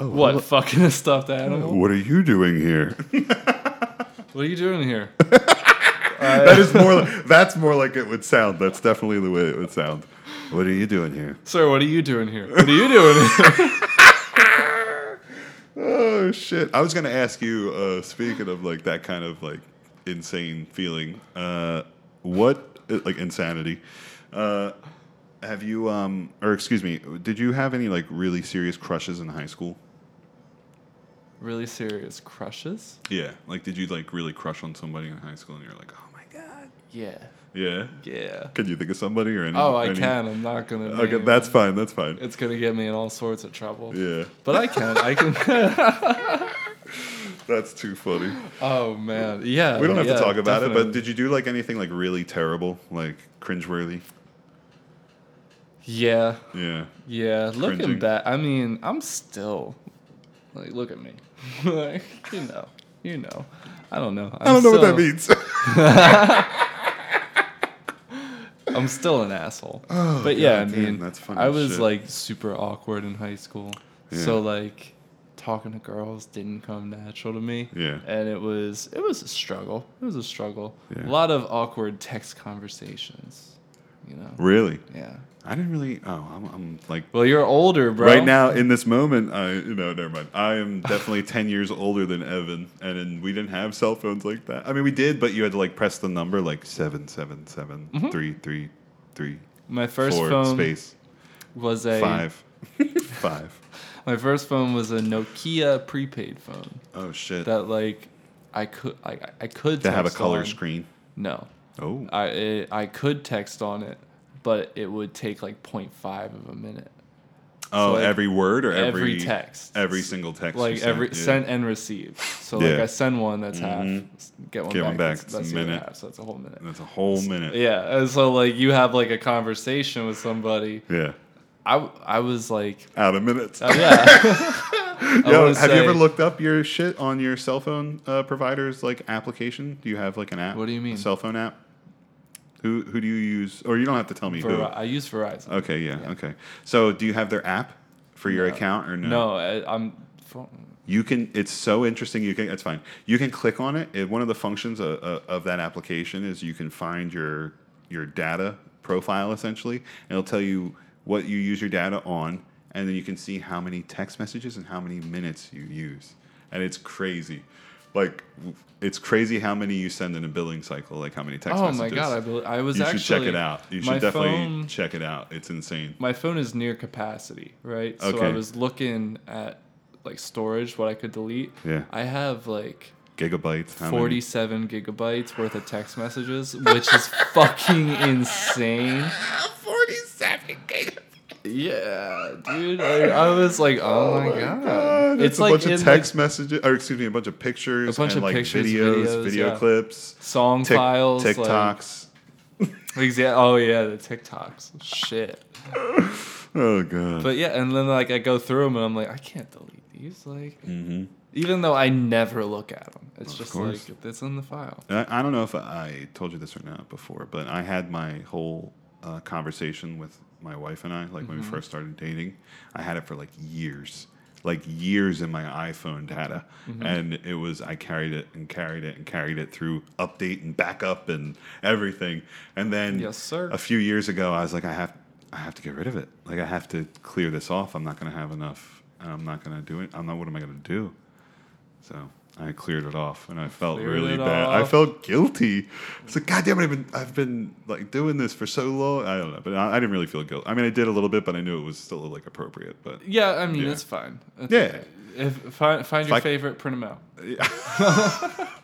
Speaker 1: Oh,
Speaker 2: What, fucking [LAUGHS] a stuffed animal?
Speaker 1: what are you doing here? [LAUGHS] Oh.
Speaker 2: What are you doing here?
Speaker 1: that is more. Like, that's more like it would sound. That's definitely the way it would sound. What are you doing here?
Speaker 2: Sir, what are you doing here? What are you doing here? [LAUGHS]
Speaker 1: Oh shit! I was gonna ask you. Uh, speaking of like that kind of like insane feeling, uh, what like insanity? Uh, have you um or excuse me? Did you have any like really serious crushes in high school?
Speaker 2: really serious crushes?
Speaker 1: Yeah, like did you like really crush on somebody in high school and you're like, oh my god?
Speaker 2: Yeah.
Speaker 1: Yeah.
Speaker 2: Yeah.
Speaker 1: Can you think of somebody or any?
Speaker 2: Oh, I
Speaker 1: any-
Speaker 2: can. I'm not going to.
Speaker 1: Okay, that's fine. That's fine.
Speaker 2: It's going to get me in all sorts of trouble.
Speaker 1: Yeah,
Speaker 2: But I can. I
Speaker 1: [LAUGHS]
Speaker 2: can.
Speaker 1: that's too funny.
Speaker 2: oh, man. Yeah.
Speaker 1: We don't have
Speaker 2: yeah,
Speaker 1: to talk about it,
Speaker 2: definitely.
Speaker 1: but did you do like anything like really terrible, like cringeworthy?
Speaker 2: Yeah.
Speaker 1: Yeah.
Speaker 2: Yeah.
Speaker 1: Cringing.
Speaker 2: Looking back, I mean, I'm still. Like, look at me. [LAUGHS] like, you know. You know. I don't know.
Speaker 1: I don't
Speaker 2: I'm
Speaker 1: know what
Speaker 2: still-
Speaker 1: that means. [LAUGHS]
Speaker 2: I'm still an asshole. but yeah,
Speaker 1: Oh, God
Speaker 2: I
Speaker 1: damn,
Speaker 2: mean,
Speaker 1: that's funny
Speaker 2: I was
Speaker 1: shit.
Speaker 2: like super awkward in high school. So like talking to girls didn't come natural to me.
Speaker 1: Yeah.
Speaker 2: And it was it was a struggle. It was a struggle.
Speaker 1: Yeah.
Speaker 2: A lot of awkward text conversations, you know.
Speaker 1: really?
Speaker 2: Yeah.
Speaker 1: I didn't really. Oh, I'm, I'm like
Speaker 2: Well, you're older, bro.
Speaker 1: right now in this moment. I you know, never mind. I am definitely ten years older than Evan, and, then we didn't have cell phones like that. I mean, we did, but you had to like press the number like seven seven seven three three three
Speaker 2: My Mm-hmm. first
Speaker 1: four,
Speaker 2: phone
Speaker 1: space
Speaker 2: was a
Speaker 1: five [LAUGHS] five.
Speaker 2: My first phone was a Nokia prepaid phone
Speaker 1: Oh shit!
Speaker 2: that like I could like I- I could
Speaker 1: to have a
Speaker 2: text Uh,
Speaker 1: color
Speaker 2: on.
Speaker 1: screen.
Speaker 2: No.
Speaker 1: Oh,
Speaker 2: I it, I could text on it, but it would take like 0.5 of a minute.
Speaker 1: oh,
Speaker 2: like,
Speaker 1: every word or every,
Speaker 2: every text.
Speaker 1: every single text, you
Speaker 2: Like
Speaker 1: sent,
Speaker 2: every
Speaker 1: yeah.
Speaker 2: send and receive. So like
Speaker 1: Yeah. Mm-hmm.
Speaker 2: I send one that's half, s- get one
Speaker 1: Get
Speaker 2: back,
Speaker 1: one back,
Speaker 2: That's,
Speaker 1: it's a
Speaker 2: that's the other
Speaker 1: minute.
Speaker 2: half, so that's a whole minute.
Speaker 1: That's a whole minute.
Speaker 2: Yeah, and so like you have like a conversation with somebody.
Speaker 1: Yeah.
Speaker 2: I w- I was like,
Speaker 1: Out of minutes.
Speaker 2: oh, yeah. [LAUGHS] I
Speaker 1: [LAUGHS] Yo,
Speaker 2: wanna
Speaker 1: have you ever
Speaker 2: say-
Speaker 1: looked up your shit on your cell phone uh, provider's like application? Do you have like an app?
Speaker 2: What do you mean?
Speaker 1: A cell phone app? Who who do you use? Or you don't have to tell me
Speaker 2: Ver- I use Verizon.
Speaker 1: who. Okay, yeah, okay. So do you have their app for your account or no?
Speaker 2: No, I, I'm. phone-
Speaker 1: You can. It's so interesting. You can. It's fine. You can click on it. it one of the functions of, of that application is you can find your your data profile essentially, and it'll tell you what you use your data on, and then you can see how many text messages and how many minutes you use, and it's crazy. Like, it's crazy how many you send in a billing cycle. Like how many text
Speaker 2: Oh my
Speaker 1: messages.
Speaker 2: god! I, bel I was
Speaker 1: you
Speaker 2: actually.
Speaker 1: should check it out. You
Speaker 2: my
Speaker 1: should definitely
Speaker 2: phone-
Speaker 1: check it out. It's insane.
Speaker 2: my phone is near capacity, right? So I
Speaker 1: Okay.
Speaker 2: was looking at like storage, what I could delete.
Speaker 1: Yeah.
Speaker 2: I have like
Speaker 1: Gigabytes. How many?
Speaker 2: 47 gigabytes worth of text messages, which is fucking insane.
Speaker 1: 47 gigabytes.
Speaker 2: Yeah, dude. Like, I was like, oh, my god.
Speaker 1: Ah, it's,
Speaker 2: It's
Speaker 1: a
Speaker 2: like
Speaker 1: bunch of
Speaker 2: in,
Speaker 1: text messages, or excuse me, a bunch of pictures,
Speaker 2: bunch
Speaker 1: and
Speaker 2: of
Speaker 1: like
Speaker 2: pictures,
Speaker 1: videos,
Speaker 2: videos,
Speaker 1: video
Speaker 2: yeah.
Speaker 1: clips,
Speaker 2: Song
Speaker 1: tic-
Speaker 2: files, like-
Speaker 1: TikToks.
Speaker 2: Like, exa- oh yeah, the TikToks. Shit.
Speaker 1: oh god,
Speaker 2: But yeah, and then like I go through them and I'm like, I can't delete these. Like, even though I never look at them, it's just
Speaker 1: Mm-hmm. course.
Speaker 2: like it's in the file.
Speaker 1: I, I don't know if I told you this or not before, but I had my whole uh, conversation with my wife and I, like when we
Speaker 2: Mm-hmm.
Speaker 1: first started dating, I had it for like years, like years in my iPhone data,
Speaker 2: Mm-hmm.
Speaker 1: and it was I carried it and carried it and carried it through update and backup and everything, and then
Speaker 2: Yes, sir.
Speaker 1: a few years ago, I was like, I have, I have to get rid of it. Like I have to clear this off. I'm not gonna have enough. and I'm not gonna do it. I'm not. What am I gonna do? So I cleared it off, and I felt
Speaker 2: Cleared
Speaker 1: really
Speaker 2: it
Speaker 1: bad. I
Speaker 2: off.
Speaker 1: felt guilty. It's like, God damn it! I've been, I've been like doing this for so long. I don't know, but I, I didn't really feel guilty. I mean, I did a little bit, but I knew it was still like appropriate. But
Speaker 2: Yeah, I mean
Speaker 1: Yeah.
Speaker 2: it's fine. It's
Speaker 1: Yeah.
Speaker 2: okay. If, find find your
Speaker 1: I-
Speaker 2: favorite, print them
Speaker 1: [LAUGHS]
Speaker 2: out.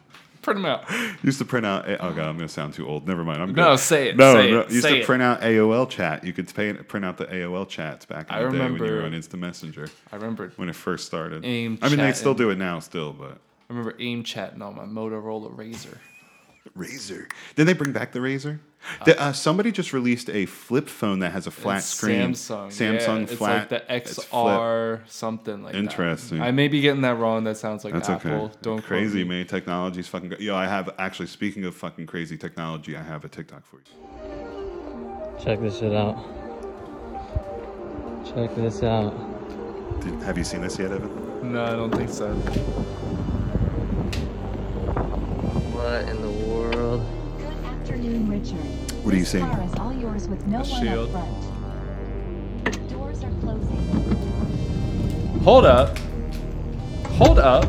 Speaker 2: print them out.
Speaker 1: used to print out. A- oh God, I'm gonna sound too old. Never mind. I'm
Speaker 2: No,
Speaker 1: good.
Speaker 2: say it,
Speaker 1: No,
Speaker 2: say
Speaker 1: no.
Speaker 2: it,
Speaker 1: Used
Speaker 2: say
Speaker 1: to
Speaker 2: it.
Speaker 1: print out AOL chat. You could pay, print out the AOL chats back in
Speaker 2: I
Speaker 1: the day when you were
Speaker 2: remember-
Speaker 1: on Instant Messenger
Speaker 2: I remembered. I
Speaker 1: when it first started.
Speaker 2: AIM
Speaker 1: I mean, they
Speaker 2: chat
Speaker 1: still
Speaker 2: and-
Speaker 1: do it now, still, but.
Speaker 2: remember aim chatting on my Motorola Razor.
Speaker 1: Razor. Did they bring back the Razor? The- uh, somebody just released a flip phone that has a flat
Speaker 2: It's
Speaker 1: screen.
Speaker 2: Samsung.
Speaker 1: Samsung flat.
Speaker 2: yeah, It's
Speaker 1: it's
Speaker 2: like the
Speaker 1: flip.
Speaker 2: XR something like
Speaker 1: Interesting.
Speaker 2: that. I may be getting that wrong. That sounds like
Speaker 1: That's
Speaker 2: Apple.
Speaker 1: okay.
Speaker 2: Don't quote
Speaker 1: crazy
Speaker 2: me.
Speaker 1: man. Technology's fucking. Go- Yo, I have actually. Speaking of fucking crazy technology, I have a TikTok for you.
Speaker 6: Check this shit out. Check this out.
Speaker 1: Did, have you seen this yet, Evan?
Speaker 2: No, I don't think so.
Speaker 6: What in the world?
Speaker 7: Good afternoon, Richard.
Speaker 1: What are you
Speaker 7: This
Speaker 1: saying?
Speaker 7: Car is all yours with no
Speaker 2: The
Speaker 7: one
Speaker 2: shield.
Speaker 7: up front. Doors are closing.
Speaker 2: Hold up. Hold up.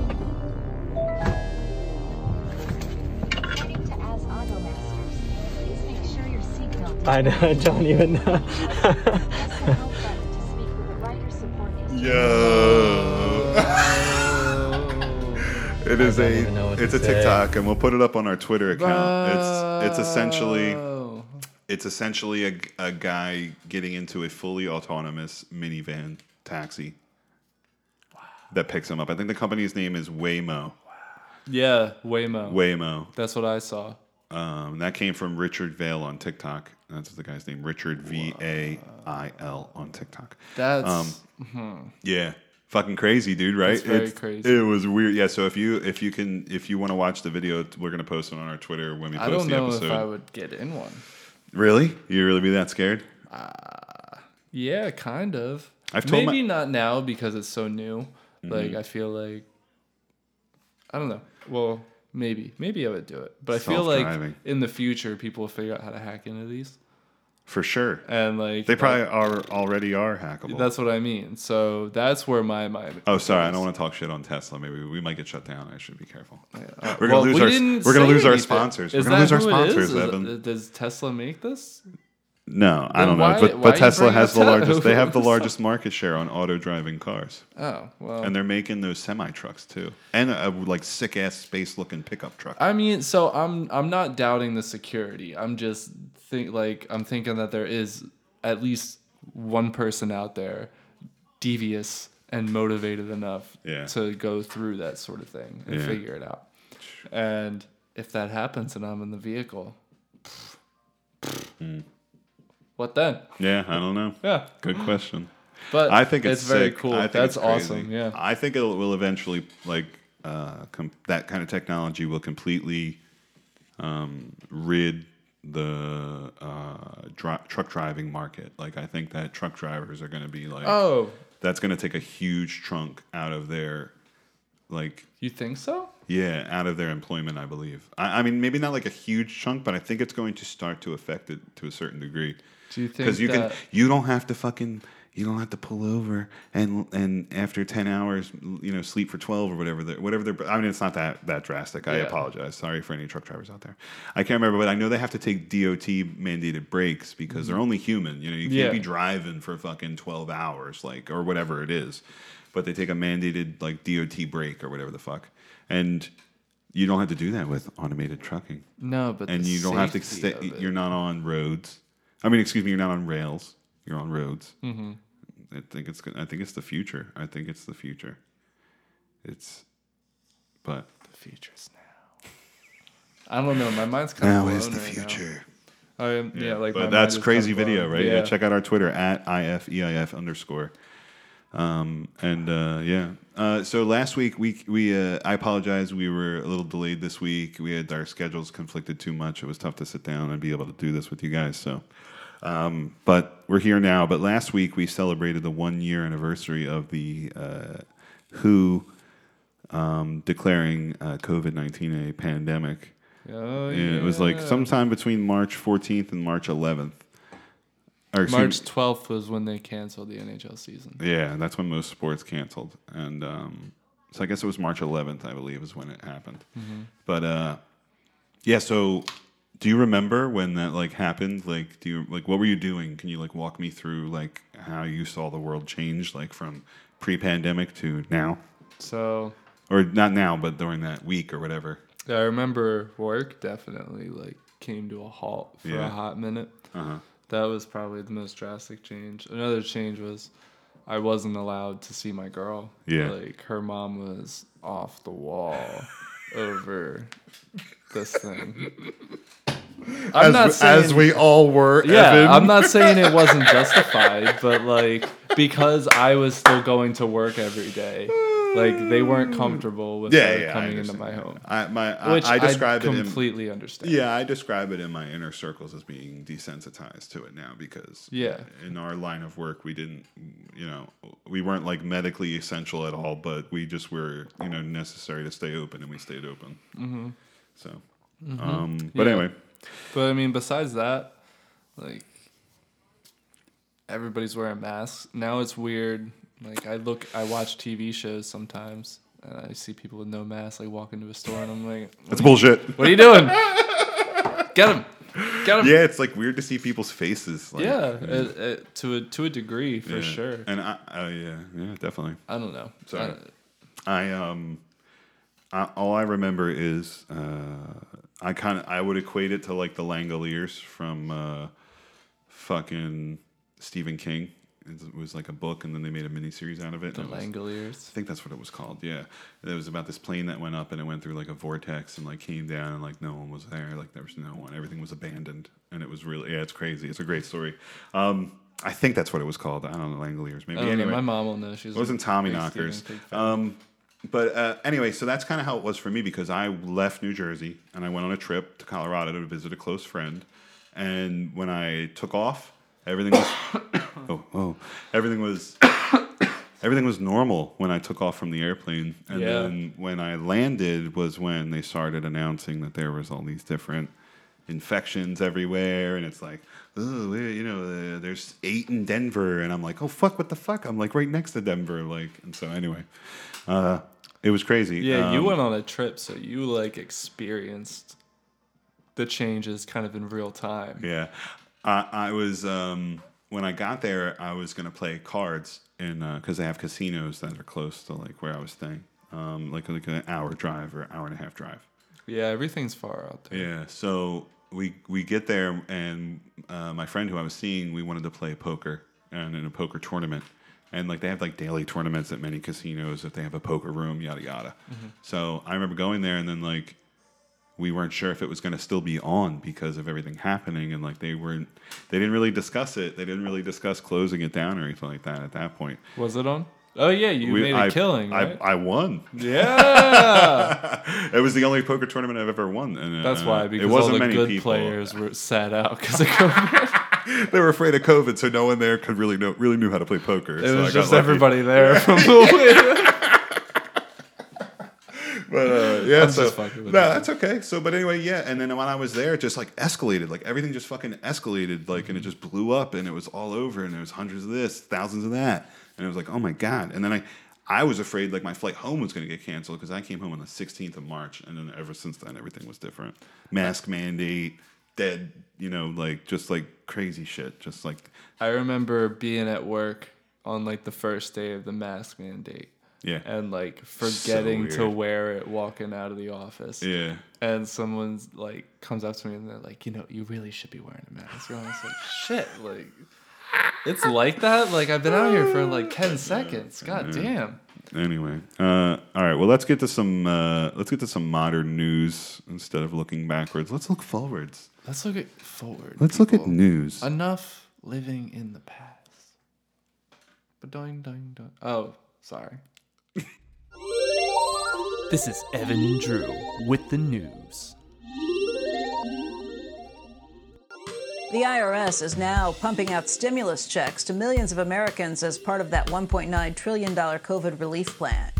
Speaker 7: According to As Automasters, please make sure your seatbelt is
Speaker 6: I [LAUGHS] know, I don't even know.
Speaker 7: press the help button to speak with the rider support. agent.
Speaker 1: Yo. [LAUGHS] It is
Speaker 6: don't even know
Speaker 1: a
Speaker 6: what
Speaker 1: it's
Speaker 6: to
Speaker 1: a
Speaker 6: say.
Speaker 1: TikTok, and we'll put it up on our Twitter account. It's it's essentially
Speaker 2: Oh.
Speaker 1: it's essentially a, a guy getting into a fully autonomous minivan taxi that picks him up. I think the company's name is Waymo.
Speaker 2: Yeah, Waymo.
Speaker 1: Waymo.
Speaker 2: That's what I saw.
Speaker 1: Um, that came from Richard Vale on TikTok. That's the guy's name, Richard V A I L on TikTok.
Speaker 2: That's
Speaker 1: Um, Yeah. Fucking crazy, dude, right?
Speaker 2: It's very crazy.
Speaker 1: It was weird. Yeah, so if you if you can if you want to watch the video, we're going to post it on our Twitter when we post
Speaker 2: I don't
Speaker 1: the
Speaker 2: know
Speaker 1: episode.
Speaker 2: if I would get in one.
Speaker 1: Really? You really be that scared?
Speaker 2: Yeah, kind of.
Speaker 1: I've told my- Mm-hmm.
Speaker 2: maybe not now because it's so new. Like I feel like I don't know. Well, maybe maybe I would do it, but I feel like
Speaker 1: Self-driving.
Speaker 2: in the future people will figure out how to hack into these
Speaker 1: For sure.
Speaker 2: and like
Speaker 1: They
Speaker 2: like,
Speaker 1: probably are already are hackable.
Speaker 2: Uh, that's what I mean. So that's where my my
Speaker 1: Oh, sorry. I don't want to talk shit on Tesla. Maybe we might get shut down. I should be careful.
Speaker 2: Uh,
Speaker 1: We're gonna
Speaker 2: well,
Speaker 1: lose
Speaker 2: we
Speaker 1: our
Speaker 2: didn't
Speaker 1: we're gonna
Speaker 2: say
Speaker 1: lose our
Speaker 2: anything.
Speaker 1: sponsors.
Speaker 2: Is
Speaker 1: we're gonna lose
Speaker 2: that
Speaker 1: our
Speaker 2: who it is?
Speaker 1: sponsors,
Speaker 2: Is it-
Speaker 1: Evan.
Speaker 2: does Tesla make this?
Speaker 1: no, I
Speaker 2: Then
Speaker 1: don't
Speaker 2: why-
Speaker 1: know. But
Speaker 2: why
Speaker 1: but
Speaker 2: you
Speaker 1: Tesla
Speaker 2: bring
Speaker 1: has the
Speaker 2: up Tesla?
Speaker 1: largest. They have
Speaker 2: [LAUGHS]
Speaker 1: the largest market share on auto driving cars,
Speaker 2: Oh well.
Speaker 1: and they're making those semi trucks too, and a, a, like sick ass space looking pickup truck.
Speaker 2: I mean, so I'm I'm not doubting the security. I'm just think like I'm thinking that there is at least one person out there devious and motivated enough
Speaker 1: Yeah.
Speaker 2: to go through that sort of thing and
Speaker 1: Yeah.
Speaker 2: figure it out. And if that happens and I'm in the vehicle, what then?
Speaker 1: Hmm. yeah, I don't know.
Speaker 2: Yeah.
Speaker 1: Good question.
Speaker 2: But
Speaker 1: I think it's,
Speaker 2: it's, very
Speaker 1: sick.
Speaker 2: cool.
Speaker 1: I think
Speaker 2: That's
Speaker 1: it's crazy.
Speaker 2: awesome. Yeah.
Speaker 1: I think it will eventually like uh, com- that kind of technology will completely um, rid the uh, dri- truck driving market. Like I think that truck drivers are going to be like,
Speaker 2: oh,
Speaker 1: that's going to take a huge chunk out of their like
Speaker 2: you think so?
Speaker 1: yeah out of their employment. I believe. I, I mean, maybe not like a huge chunk, but I think it's going to start to affect it to a certain degree
Speaker 2: Do you think
Speaker 1: because you
Speaker 2: that
Speaker 1: can you don't have to fucking you don't have to pull over and and after 10 hours you know sleep for 12 or whatever they're, whatever they're i mean it's not that that drastic i
Speaker 2: Yeah.
Speaker 1: apologize sorry for any truck drivers out there i can't remember but i know they have to take dot mandated breaks because they're only human you know you can't
Speaker 2: Mm-hmm. Yeah.
Speaker 1: be driving for fucking 12 hours like or whatever it is but they take a mandated like dot break or whatever the fuck and you don't have to do that with automated trucking
Speaker 2: no, but
Speaker 1: and
Speaker 2: the
Speaker 1: you don't have to
Speaker 2: safety
Speaker 1: stay,
Speaker 2: of it.
Speaker 1: you're not on roads i mean excuse me you're not on rails you're on roads mm-hmm. i think it's gonna- i think it's the future i think it's the future it's but
Speaker 2: the future's now. I don't know. My mind's kind
Speaker 3: Now
Speaker 2: of
Speaker 3: is the
Speaker 2: Right
Speaker 3: future.
Speaker 2: now. I am, yeah, like
Speaker 1: but
Speaker 2: my mind is
Speaker 1: that's
Speaker 2: kinda
Speaker 1: crazy
Speaker 2: blown.
Speaker 1: video right yeah.
Speaker 2: Yeah.
Speaker 1: check out our twitter at ifeif underscore um and uh yeah uh so last week we we uh i apologize we were a little delayed this week we had our schedules conflicted too much it was tough to sit down and be able to do this with you guys so um but we're here now but last week we celebrated the one year anniversary of the uh who um declaring uh covid-19 a pandemic
Speaker 2: Oh, yeah.
Speaker 1: yeah, it was like sometime between March 14th and March 11th. Or excuse
Speaker 2: March
Speaker 1: me-
Speaker 2: 12th was when they canceled the NHL season.
Speaker 1: yeah, that's when most sports canceled, and um, So I guess it was March 11th, I believe, is when it happened.
Speaker 2: Mm-hmm.
Speaker 1: But uh, yeah, so do you remember when that like happened? Like, do you like what were you doing? Can you like walk me through like how you saw the world change, like from pre-pandemic to now,
Speaker 2: So
Speaker 1: or not now, but during that week or whatever?
Speaker 2: I remember work definitely like came to a halt for
Speaker 1: Yeah.
Speaker 2: a hot minute.
Speaker 1: Uh-huh.
Speaker 2: That was probably the most drastic change. Another change was I wasn't allowed to see my girl.
Speaker 1: Yeah.
Speaker 2: Like her mom was off the wall
Speaker 1: [LAUGHS]
Speaker 2: over this thing. I'm not
Speaker 3: As,
Speaker 2: saying
Speaker 3: as we all were,
Speaker 2: yeah,
Speaker 3: Evan.
Speaker 2: I'm not saying
Speaker 1: [LAUGHS]
Speaker 2: it wasn't justified, but like because I was still going to work every day, like they weren't comfortable with
Speaker 1: Yeah,
Speaker 2: her
Speaker 1: yeah, I
Speaker 2: coming into
Speaker 1: understand.
Speaker 2: my home,
Speaker 1: I my I,
Speaker 2: which
Speaker 1: I describe it in,
Speaker 2: completely understand.
Speaker 1: Yeah, I describe it in my inner circles as being desensitized to it now because
Speaker 2: Yeah.
Speaker 1: in our line of work we didn't you know we weren't like medically essential at all, but we just were you know necessary to stay open and we stayed open. Mm-hmm. So, um, but
Speaker 2: Mm-hmm. Yeah.
Speaker 1: anyway,
Speaker 2: But I mean, besides that, like everybody's wearing masks now. It's weird. Like I look, I watch TV shows sometimes, and I see people with no masks like walk into a store, and I'm like,
Speaker 1: that's bullshit.
Speaker 2: "What are
Speaker 1: [LAUGHS]
Speaker 2: you doing? Get him! Get him!"
Speaker 1: Yeah, it's like weird to see people's faces. Like,
Speaker 2: Yeah, it, it, to a to a degree for
Speaker 1: yeah.
Speaker 2: sure.
Speaker 1: And I, oh yeah, yeah, definitely.
Speaker 2: I don't know. Uh,
Speaker 1: Sorry.
Speaker 2: I-
Speaker 1: I um, I, all I remember is uh, I kind of I would equate it to like the Langoliers from uh, fucking Stephen King. It was like a book, and then they made a miniseries out of it.
Speaker 2: the
Speaker 1: and it was-
Speaker 2: Langoliers.
Speaker 1: I think that's what it was called. Yeah, it was about this plane that went up and it went through like a vortex and like came down and like no one was there, like there was no one, everything was abandoned, and it was really yeah, it's crazy. It's a great story. Um, I think that's what it was called. I don't know, Langoliers. Maybe
Speaker 2: I don't
Speaker 1: anyway.
Speaker 2: know. Oh, My mom will know. She's
Speaker 1: It wasn't Tommy Knockers. Um, but uh, anyway, so that's kind of how it was for me because I left New Jersey and I went on a trip to Colorado to visit a close friend. And when I took off, everything was oh, oh everything
Speaker 2: [COUGHS]
Speaker 1: was everything was normal when I took off from the airplane. And
Speaker 2: Yeah.
Speaker 1: then when I landed was when they started announcing that there was all these different infections everywhere and it's like oh we- you know uh, there's eight in denver and i'm like oh fuck what the fuck i'm like right next to denver like and so anyway uh it was crazy
Speaker 2: yeah, you
Speaker 1: Um,
Speaker 2: went on a trip, so you like experienced the changes kind of in real time.
Speaker 1: yeah i i was um when i got there i was gonna play cards in because they have casinos that are close to like where i was staying um like like an hour drive or hour and a half drive
Speaker 2: Yeah, everything's far out there.
Speaker 1: Yeah. So we we get there, and uh, my friend who I was seeing, we wanted to play poker and in a poker tournament. And like they have like daily tournaments at many casinos if they have a poker room, yada yada.
Speaker 2: Mm-hmm.
Speaker 1: So I remember going there, and then like we weren't sure if it was going to still be on because of everything happening, and like they weren't, they didn't really discuss it. They didn't really discuss closing it down or anything like that at that point.
Speaker 2: Was it on? Oh yeah, you
Speaker 1: We-
Speaker 2: made a
Speaker 1: I-
Speaker 2: killing.
Speaker 1: I,
Speaker 2: right?
Speaker 1: I won. [LAUGHS]
Speaker 2: yeah,
Speaker 1: It was the only poker tournament I've ever won. And uh,
Speaker 2: that's why because
Speaker 1: it wasn't
Speaker 2: all the
Speaker 1: many
Speaker 2: good
Speaker 1: people.
Speaker 2: players were sat out because of
Speaker 1: [LAUGHS]
Speaker 2: COVID.
Speaker 1: they were afraid of COVID, so no one there could really know really knew how to play poker.
Speaker 2: It
Speaker 1: so I
Speaker 2: was
Speaker 1: got
Speaker 2: just
Speaker 1: lucky.
Speaker 2: everybody there from the [LAUGHS]
Speaker 1: But
Speaker 2: [LAUGHS]
Speaker 1: uh, yeah,
Speaker 2: I'm
Speaker 1: so
Speaker 2: just fucking with
Speaker 1: no,
Speaker 2: you.
Speaker 1: that's okay. So, but anyway, yeah. And then when I was there, it just like escalated, like everything just fucking escalated, like
Speaker 2: Mm-hmm.
Speaker 1: and it just blew up, and it was all over, and there was hundreds of this, thousands of that, and it was like, oh my god. And then I. I was afraid like my flight home was going to get canceled because I came home on the 16th of March, and then ever since then everything was different. Mask mandate, dead, you know, like just like crazy shit, just like
Speaker 2: I remember being at work on like the first day of the mask mandate.
Speaker 1: Yeah.
Speaker 2: And like forgetting to
Speaker 1: weird.
Speaker 2: wear it walking out of the office.
Speaker 1: yeah.
Speaker 2: And someone's like comes up to me and they're like, you know, you really should be wearing a mask. And I was like, shit, like it's like that. Like I've been out here for like ten seconds. God damn.
Speaker 1: Anyway, uh, all right. Well, let's get to some uh, let's get to some modern news instead of looking backwards. Let's look forwards.
Speaker 2: Let's look at forward.
Speaker 1: Let's look at news.
Speaker 2: Enough living in the past. But doing doing doing. Oh, sorry.
Speaker 8: [LAUGHS] This is Evan and Drew with the news.
Speaker 9: The IRS is now pumping out stimulus checks to millions of Americans as part of that $1.9 trillion COVID relief plan.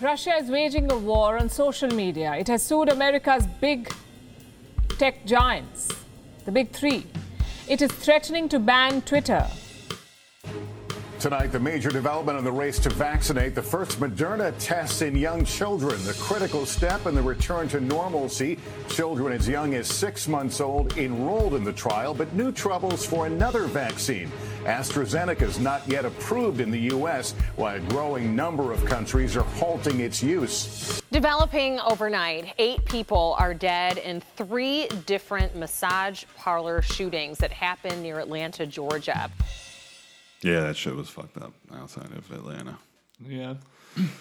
Speaker 10: Russia is waging a war on social media. It has sued America's big tech giants, the big three. It is threatening to ban Twitter.
Speaker 11: Tonight, the major development in the race to vaccinate the first Moderna tests in young children, the critical step in the return to normalcy. Children as young as six months old enrolled in the trial, but new troubles for another vaccine. AstraZeneca is not yet approved in the U.S., while a growing number of countries are halting its use.
Speaker 12: Developing overnight, eight people are dead in three different massage parlor shootings that happened near Atlanta, Georgia.
Speaker 1: Yeah, that shit was fucked up outside of Atlanta.
Speaker 8: [CLEARS THROAT]
Speaker 2: Yeah.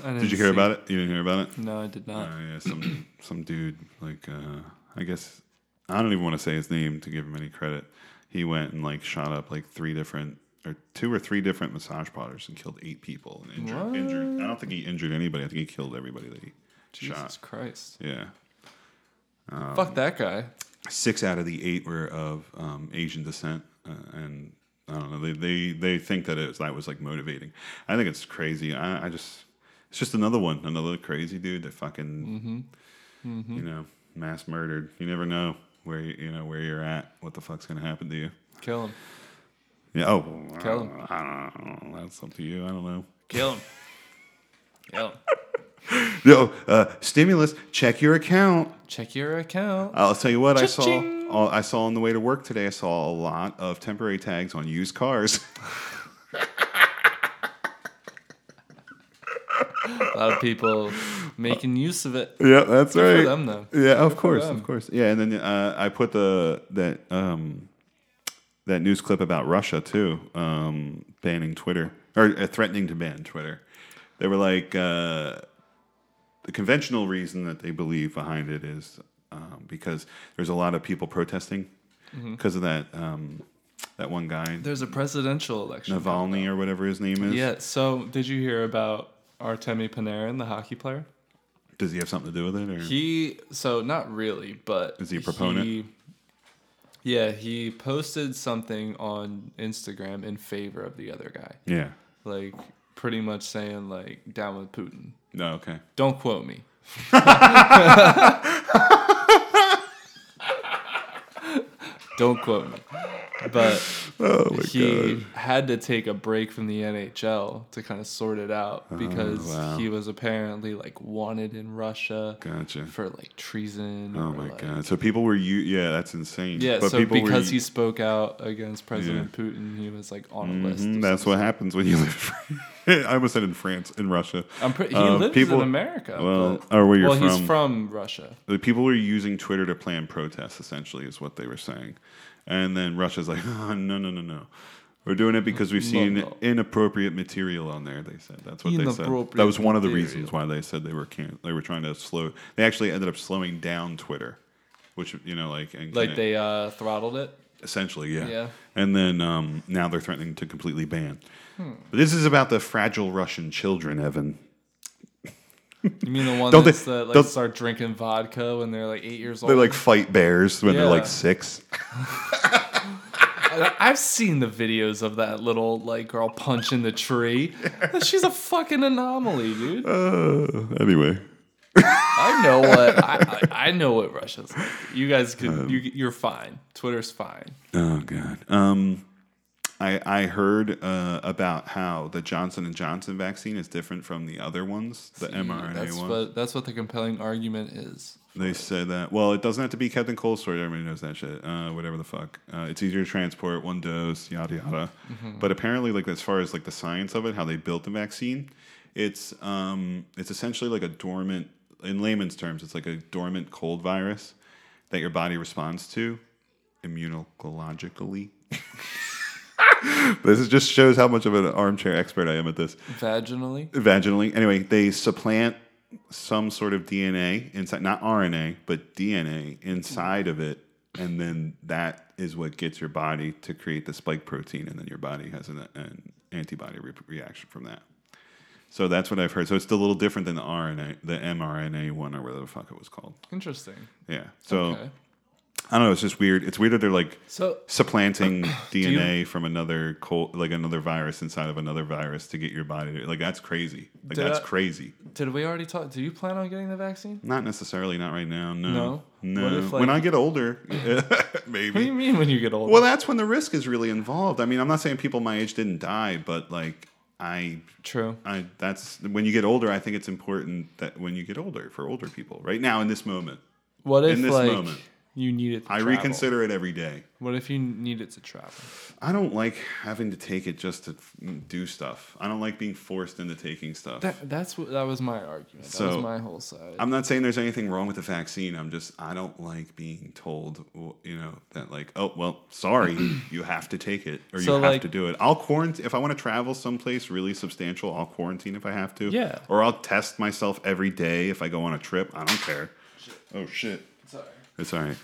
Speaker 1: Did you hear about it? You didn't hear about it?
Speaker 2: No, I did not.
Speaker 1: Uh, yeah, some [COUGHS] some dude like uh, I guess I don't even want to say his name to give him any credit. He went and like shot up like three different or two or three different massage parlors and killed eight people and injured.
Speaker 2: What?
Speaker 1: injured I don't think he injured anybody. I think he killed everybody that he
Speaker 2: Jesus
Speaker 1: shot.
Speaker 2: Christ.
Speaker 1: Yeah. Um,
Speaker 2: Fuck that guy.
Speaker 1: Six out of the eight were of um, Asian descent, uh, and I don't know. They they, they think that it was, that was like motivating. I think it's crazy. I, I just it's just another one, another crazy dude that fucking
Speaker 2: Mhm. Mhm.
Speaker 1: you know mass murdered. You never know where you, you know where you're at. What the fuck's gonna happen to you?
Speaker 2: Kill him.
Speaker 1: Yeah. Oh, I
Speaker 2: Kill
Speaker 1: don't- I don't know. That's up to you. I don't know.
Speaker 2: Kill him. Kill him.
Speaker 1: Yo, uh, stimulus. Check your account.
Speaker 2: Check your account.
Speaker 1: I'll tell you what I saw.
Speaker 2: Cha-ching.
Speaker 1: all- I saw on the way to work today. I saw a lot of temporary tags on used cars. [LAUGHS]
Speaker 2: A lot of people making use of it.
Speaker 1: yeah, that's
Speaker 2: Good
Speaker 1: right.
Speaker 2: For them though.
Speaker 1: Yeah, of
Speaker 2: Good for
Speaker 1: course,
Speaker 2: them.
Speaker 1: of course. Yeah, and then uh, I put the that um, that news clip about Russia too, um, banning Twitter or uh, threatening to ban Twitter. They were like uh, the conventional reason that they believe behind it is um, because there's a lot of people protesting
Speaker 2: Mhm.
Speaker 1: because of that um, that one guy
Speaker 2: There's a presidential election.
Speaker 1: Navalny or whatever his name is.
Speaker 2: Yeah. So did you hear about Artemi Panarin, the hockey player?
Speaker 1: Does he have something to do with it? Or?
Speaker 2: He so not really, but
Speaker 1: Is he a proponent?
Speaker 2: yeah, he posted something on Instagram in favor of the other guy.
Speaker 1: Yeah.
Speaker 2: Like pretty much saying like down with Putin.
Speaker 1: No, Oh, okay.
Speaker 2: Don't
Speaker 1: [LAUGHS]
Speaker 2: quote me. Don't quote me. But
Speaker 1: Oh my
Speaker 2: he had to take a break from the NHL to kind of sort it out because
Speaker 1: Oh, wow.
Speaker 2: he was apparently like wanted in Russia
Speaker 1: Gotcha.
Speaker 2: for like treason.
Speaker 1: Oh
Speaker 2: or,
Speaker 1: my
Speaker 2: like-
Speaker 1: god! So people were you? Yeah, that's insane.
Speaker 2: Yeah,
Speaker 1: but
Speaker 2: so
Speaker 1: people were
Speaker 2: because
Speaker 1: u-
Speaker 2: he spoke out against President Putin, he was like on a list.
Speaker 1: Mhm, that's what happens when you live. in France. [LAUGHS] I almost said in France, in Russia.
Speaker 2: I'm pre- he
Speaker 1: Uh,
Speaker 2: lives in America.
Speaker 1: Well,
Speaker 2: but-
Speaker 1: or where you're
Speaker 2: well,
Speaker 1: from.
Speaker 2: he's from Russia.
Speaker 1: The people were using Twitter to plan protests. Essentially, is what they were saying, and then Russia's like, [LAUGHS] oh, no, no, no, no. We're doing it because we've
Speaker 2: No,
Speaker 1: seen
Speaker 2: no.
Speaker 1: inappropriate material on there. They said that's what they said. That was one of the reasons why they said they were can- they were trying to slow. They actually ended up slowing down Twitter, which you know, like and
Speaker 2: Like
Speaker 1: kinda-
Speaker 2: they uh, throttled it.
Speaker 1: essentially, yeah.
Speaker 2: Yeah.
Speaker 1: And then um, now they're threatening to completely ban.
Speaker 2: Hmm.
Speaker 1: But this is about the fragile Russian children, Evan.
Speaker 2: You mean the one
Speaker 1: Don't they-
Speaker 2: that's that like
Speaker 1: don't-
Speaker 2: start drinking vodka when they're like eight years old?
Speaker 1: They like fight bears when they're
Speaker 2: Yeah.
Speaker 1: like six.
Speaker 2: I- I've seen the videos of that little like girl punching the tree. She's a fucking anomaly, dude.
Speaker 1: Uh, anyway,
Speaker 2: I know what I, I, I know what Russia's like. You guys can
Speaker 1: Um,
Speaker 2: you, you're fine. Twitter's fine.
Speaker 1: Oh god. Um, I I heard uh, about how the Johnson and Johnson vaccine is different from the other ones, the mRNA
Speaker 2: that's
Speaker 1: ones.
Speaker 2: what that's what the compelling argument is.
Speaker 1: They say that. Well, it doesn't have to be kept in cold storage. Everybody knows that shit. Uh, whatever the fuck. Uh, it's easier to transport, one dose, yada yada.
Speaker 2: Mhm.
Speaker 1: But apparently, like as far as like the science of it, how they built the vaccine, it's um, it's essentially like a dormant. In layman's terms, it's like a dormant cold virus that your body responds to immunologically. [LAUGHS] this is just shows how much of an armchair expert I am at this
Speaker 2: Vaginally,
Speaker 1: vaginally. Anyway, they supplant some sort of DNA inside, not RNA, but DNA inside of it, and then that is what gets your body to create the spike protein, and then your body has an, an antibody re- reaction from that. So that's what I've heard. So it's a little different than the RNA, the mRNA one, or whatever the fuck it was called.
Speaker 2: interesting.
Speaker 1: Yeah. So
Speaker 2: Okay.
Speaker 1: I don't know. It's just weird. It's weird that they're like
Speaker 2: So-
Speaker 1: supplanting
Speaker 2: [CLEARS THROAT] you-
Speaker 1: DNA from another cold, like another virus inside of another virus to get your body. To, like that's crazy. Like
Speaker 2: Did
Speaker 1: that's
Speaker 2: I-
Speaker 1: crazy.
Speaker 2: Did we already talk? Do you plan on getting the vaccine?
Speaker 1: Not necessarily. Not right now. No.
Speaker 2: No?
Speaker 1: No.
Speaker 2: What if,
Speaker 1: when
Speaker 2: like-
Speaker 1: I get older, [LAUGHS] maybe.
Speaker 2: What do you mean when you get older?
Speaker 1: Well, that's when the risk is really involved. I mean, I'm not saying people my age didn't die, but like I
Speaker 2: true.
Speaker 1: I that's when you get older. I think it's important that when you get older for older people, right now in this moment.
Speaker 2: What if
Speaker 1: in this
Speaker 2: like
Speaker 1: moment?
Speaker 2: you need it? To
Speaker 1: I
Speaker 2: travel?
Speaker 1: reconsider it every day.
Speaker 2: What if you need it to travel?
Speaker 1: I don't like having to take it just to mm, do stuff. I don't like being forced into taking stuff.
Speaker 2: That that's what that was my argument. That
Speaker 1: so
Speaker 2: was my whole side.
Speaker 1: I'm not saying there's anything wrong with the vaccine. I'm just I don't like being told, w- you know, that like, oh well, sorry,
Speaker 2: [CLEARS THROAT]
Speaker 1: you have to take it or
Speaker 2: So,
Speaker 1: you have
Speaker 2: like-
Speaker 1: to do it. I'll quarantine if I want to travel someplace really substantial. I'll quarantine if I have to.
Speaker 2: Yeah.
Speaker 1: Or I'll test myself every day if I go on a trip. I don't care. Oh shit.
Speaker 2: Sorry.
Speaker 1: It's all right.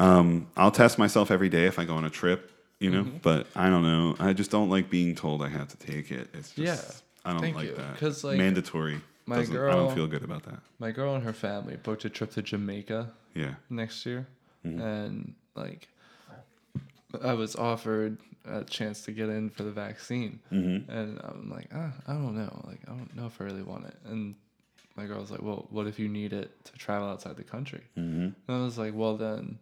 Speaker 1: Um, I'll test myself every day if I go on a trip, you know.
Speaker 2: Mhm.
Speaker 1: But I don't know. I just don't like being told I have to take it. It's just
Speaker 2: Yeah.
Speaker 1: I don't
Speaker 2: Thank
Speaker 1: like
Speaker 2: you.
Speaker 1: that.
Speaker 2: 'Cause, like,
Speaker 1: mandatory.
Speaker 2: my
Speaker 1: doesn't- I
Speaker 2: girl-
Speaker 1: don't feel good about that.
Speaker 2: My girl and her family booked a trip to Jamaica.
Speaker 1: Yeah.
Speaker 2: Next year,
Speaker 1: Mhm.
Speaker 2: and like, I was offered a chance to get in for the vaccine,
Speaker 1: Mhm.
Speaker 2: and I'm like, ah, I don't know, like I don't know if I really want it. And my girl's like, well, what if you need it to travel outside the country?
Speaker 1: Mhm.
Speaker 2: And I was like, well then.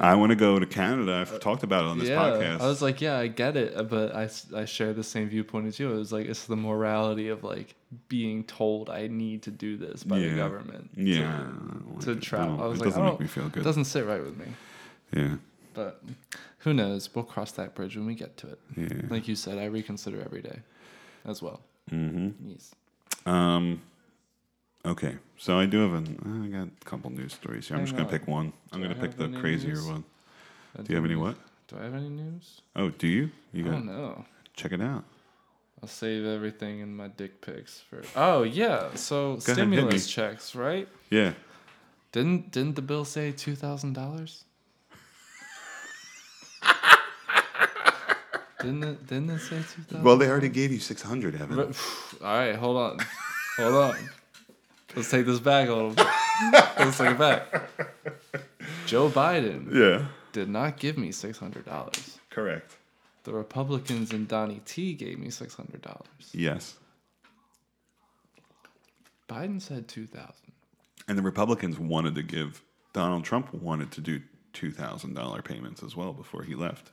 Speaker 1: I want to go to Canada. I've talked about it on this
Speaker 2: yeah.
Speaker 1: podcast.
Speaker 2: I was like, yeah, I get it, uh, but I, s- I share the same viewpoint as you. It was like, it's the morality of like being told I need to do this by the
Speaker 1: Yeah.
Speaker 2: government. to-
Speaker 1: Yeah, I don't
Speaker 2: To,
Speaker 1: like it.
Speaker 2: travel.
Speaker 1: No,
Speaker 2: I was
Speaker 1: it
Speaker 2: like,
Speaker 1: doesn't
Speaker 2: I
Speaker 1: make
Speaker 2: don't-
Speaker 1: me feel good.
Speaker 2: It doesn't sit right with me.
Speaker 1: Yeah.
Speaker 2: But who knows? We'll cross that bridge when we get to it.
Speaker 1: Yeah.
Speaker 2: Like you said, I reconsider every day as well.
Speaker 1: hmm
Speaker 2: Yes.
Speaker 1: Um, okay, so I do have an. I got a couple news stories here. I'm
Speaker 2: Hang
Speaker 1: just gonna
Speaker 2: on.
Speaker 1: pick one. I'm
Speaker 2: Do I
Speaker 1: gonna pick
Speaker 2: have
Speaker 1: the
Speaker 2: any
Speaker 1: crazier
Speaker 2: news?
Speaker 1: one.
Speaker 2: I
Speaker 1: Do you have any
Speaker 2: don't-
Speaker 1: what?
Speaker 2: Do I have any news?
Speaker 1: Oh, do you? You
Speaker 2: I
Speaker 1: got?
Speaker 2: don't know.
Speaker 1: Check it out.
Speaker 2: I'll save everything in my dick pics for. Oh yeah, so
Speaker 1: Go ahead, hit
Speaker 2: stimulus
Speaker 1: me.
Speaker 2: checks, right?
Speaker 1: Yeah.
Speaker 2: Didn't didn't the bill say two
Speaker 1: [LAUGHS]
Speaker 2: thousand dollars? Didn't it, didn't it say two thousand?
Speaker 1: Well, they already gave you 600, Evan.
Speaker 2: All right, hold on, hold on. Let's take this back a little bit. Let's take it back. Joe Biden,
Speaker 1: Yeah.
Speaker 2: did not give me six hundred dollars.
Speaker 1: Correct.
Speaker 2: The Republicans and Donnie T gave me six hundred dollars.
Speaker 1: Yes.
Speaker 2: Biden said two thousand.
Speaker 1: And the Republicans wanted to give Donald Trump wanted to do two thousand dollar payments as well before he left.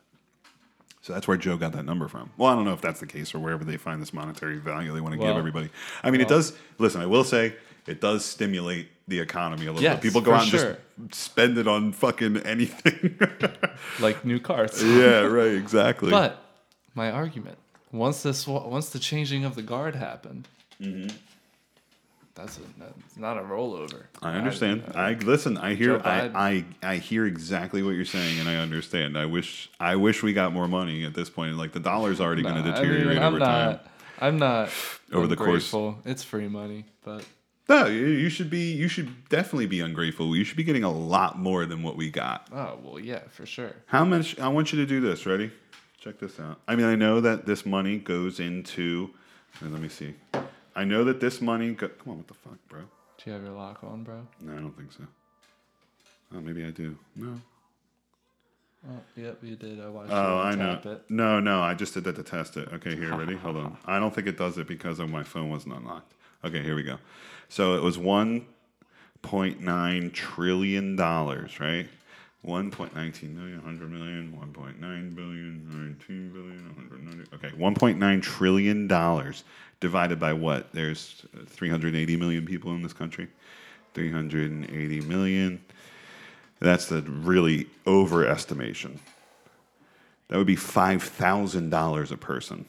Speaker 1: So that's where Joe got that number from. Well, I don't know if that's the case or wherever they find this monetary value they want to
Speaker 2: Well-
Speaker 1: give everybody. I mean, it
Speaker 2: well-
Speaker 1: does. Listen, I will say it does stimulate the economy a little
Speaker 2: Yes,
Speaker 1: bit. People go
Speaker 2: for
Speaker 1: out and
Speaker 2: sure.
Speaker 1: just spend it on fucking anything. [LAUGHS]
Speaker 2: like new cars.
Speaker 1: yeah, right. Exactly.
Speaker 2: But my argument, once this, wa- once the changing of the guard happened,
Speaker 1: Mm-hmm.
Speaker 2: that's, a, that's not a rollover.
Speaker 1: I understand. I, listen. I
Speaker 2: uh, Joe
Speaker 1: hear.
Speaker 2: Biden.
Speaker 1: I, I I hear exactly what you're saying, and I understand. I wish. I wish we got more money at this point. Like the dollar's already
Speaker 2: Nah,
Speaker 1: going to
Speaker 2: I
Speaker 1: deteriorate
Speaker 2: mean,
Speaker 1: over
Speaker 2: I'm
Speaker 1: time.
Speaker 2: Not, I'm not
Speaker 1: Over the course-
Speaker 2: ungrateful. It's free money, but
Speaker 1: No, you you should be. You should definitely be ungrateful. You should be getting a lot more than what we got.
Speaker 2: oh well, yeah, for sure.
Speaker 1: How much? I want you to do this. Ready? Check this out. I mean, I know that this money goes into. and Let me see. I know that this money. Go, come on, what the fuck, bro?
Speaker 2: Do you have your lock on, bro?
Speaker 1: No, I don't think so. Oh, maybe I do. No.
Speaker 2: Oh, yep, you did. I watched
Speaker 1: Oh, I
Speaker 2: you
Speaker 1: know.
Speaker 2: tap it.
Speaker 1: No, no, I just did that to test it. Okay, here, ready? Hold on. I don't think it does it because of my phone wasn't unlocked. Okay, here we go. So it was one point nine trillion dollars, right? 1.19 million, 100 million, 1.9 billion, 19 billion, 190. Okay, 1.9 trillion dollars divided by what? There's 380 million people in this country. 380 million. That's the really overestimation. That would be five thousand dollars a person.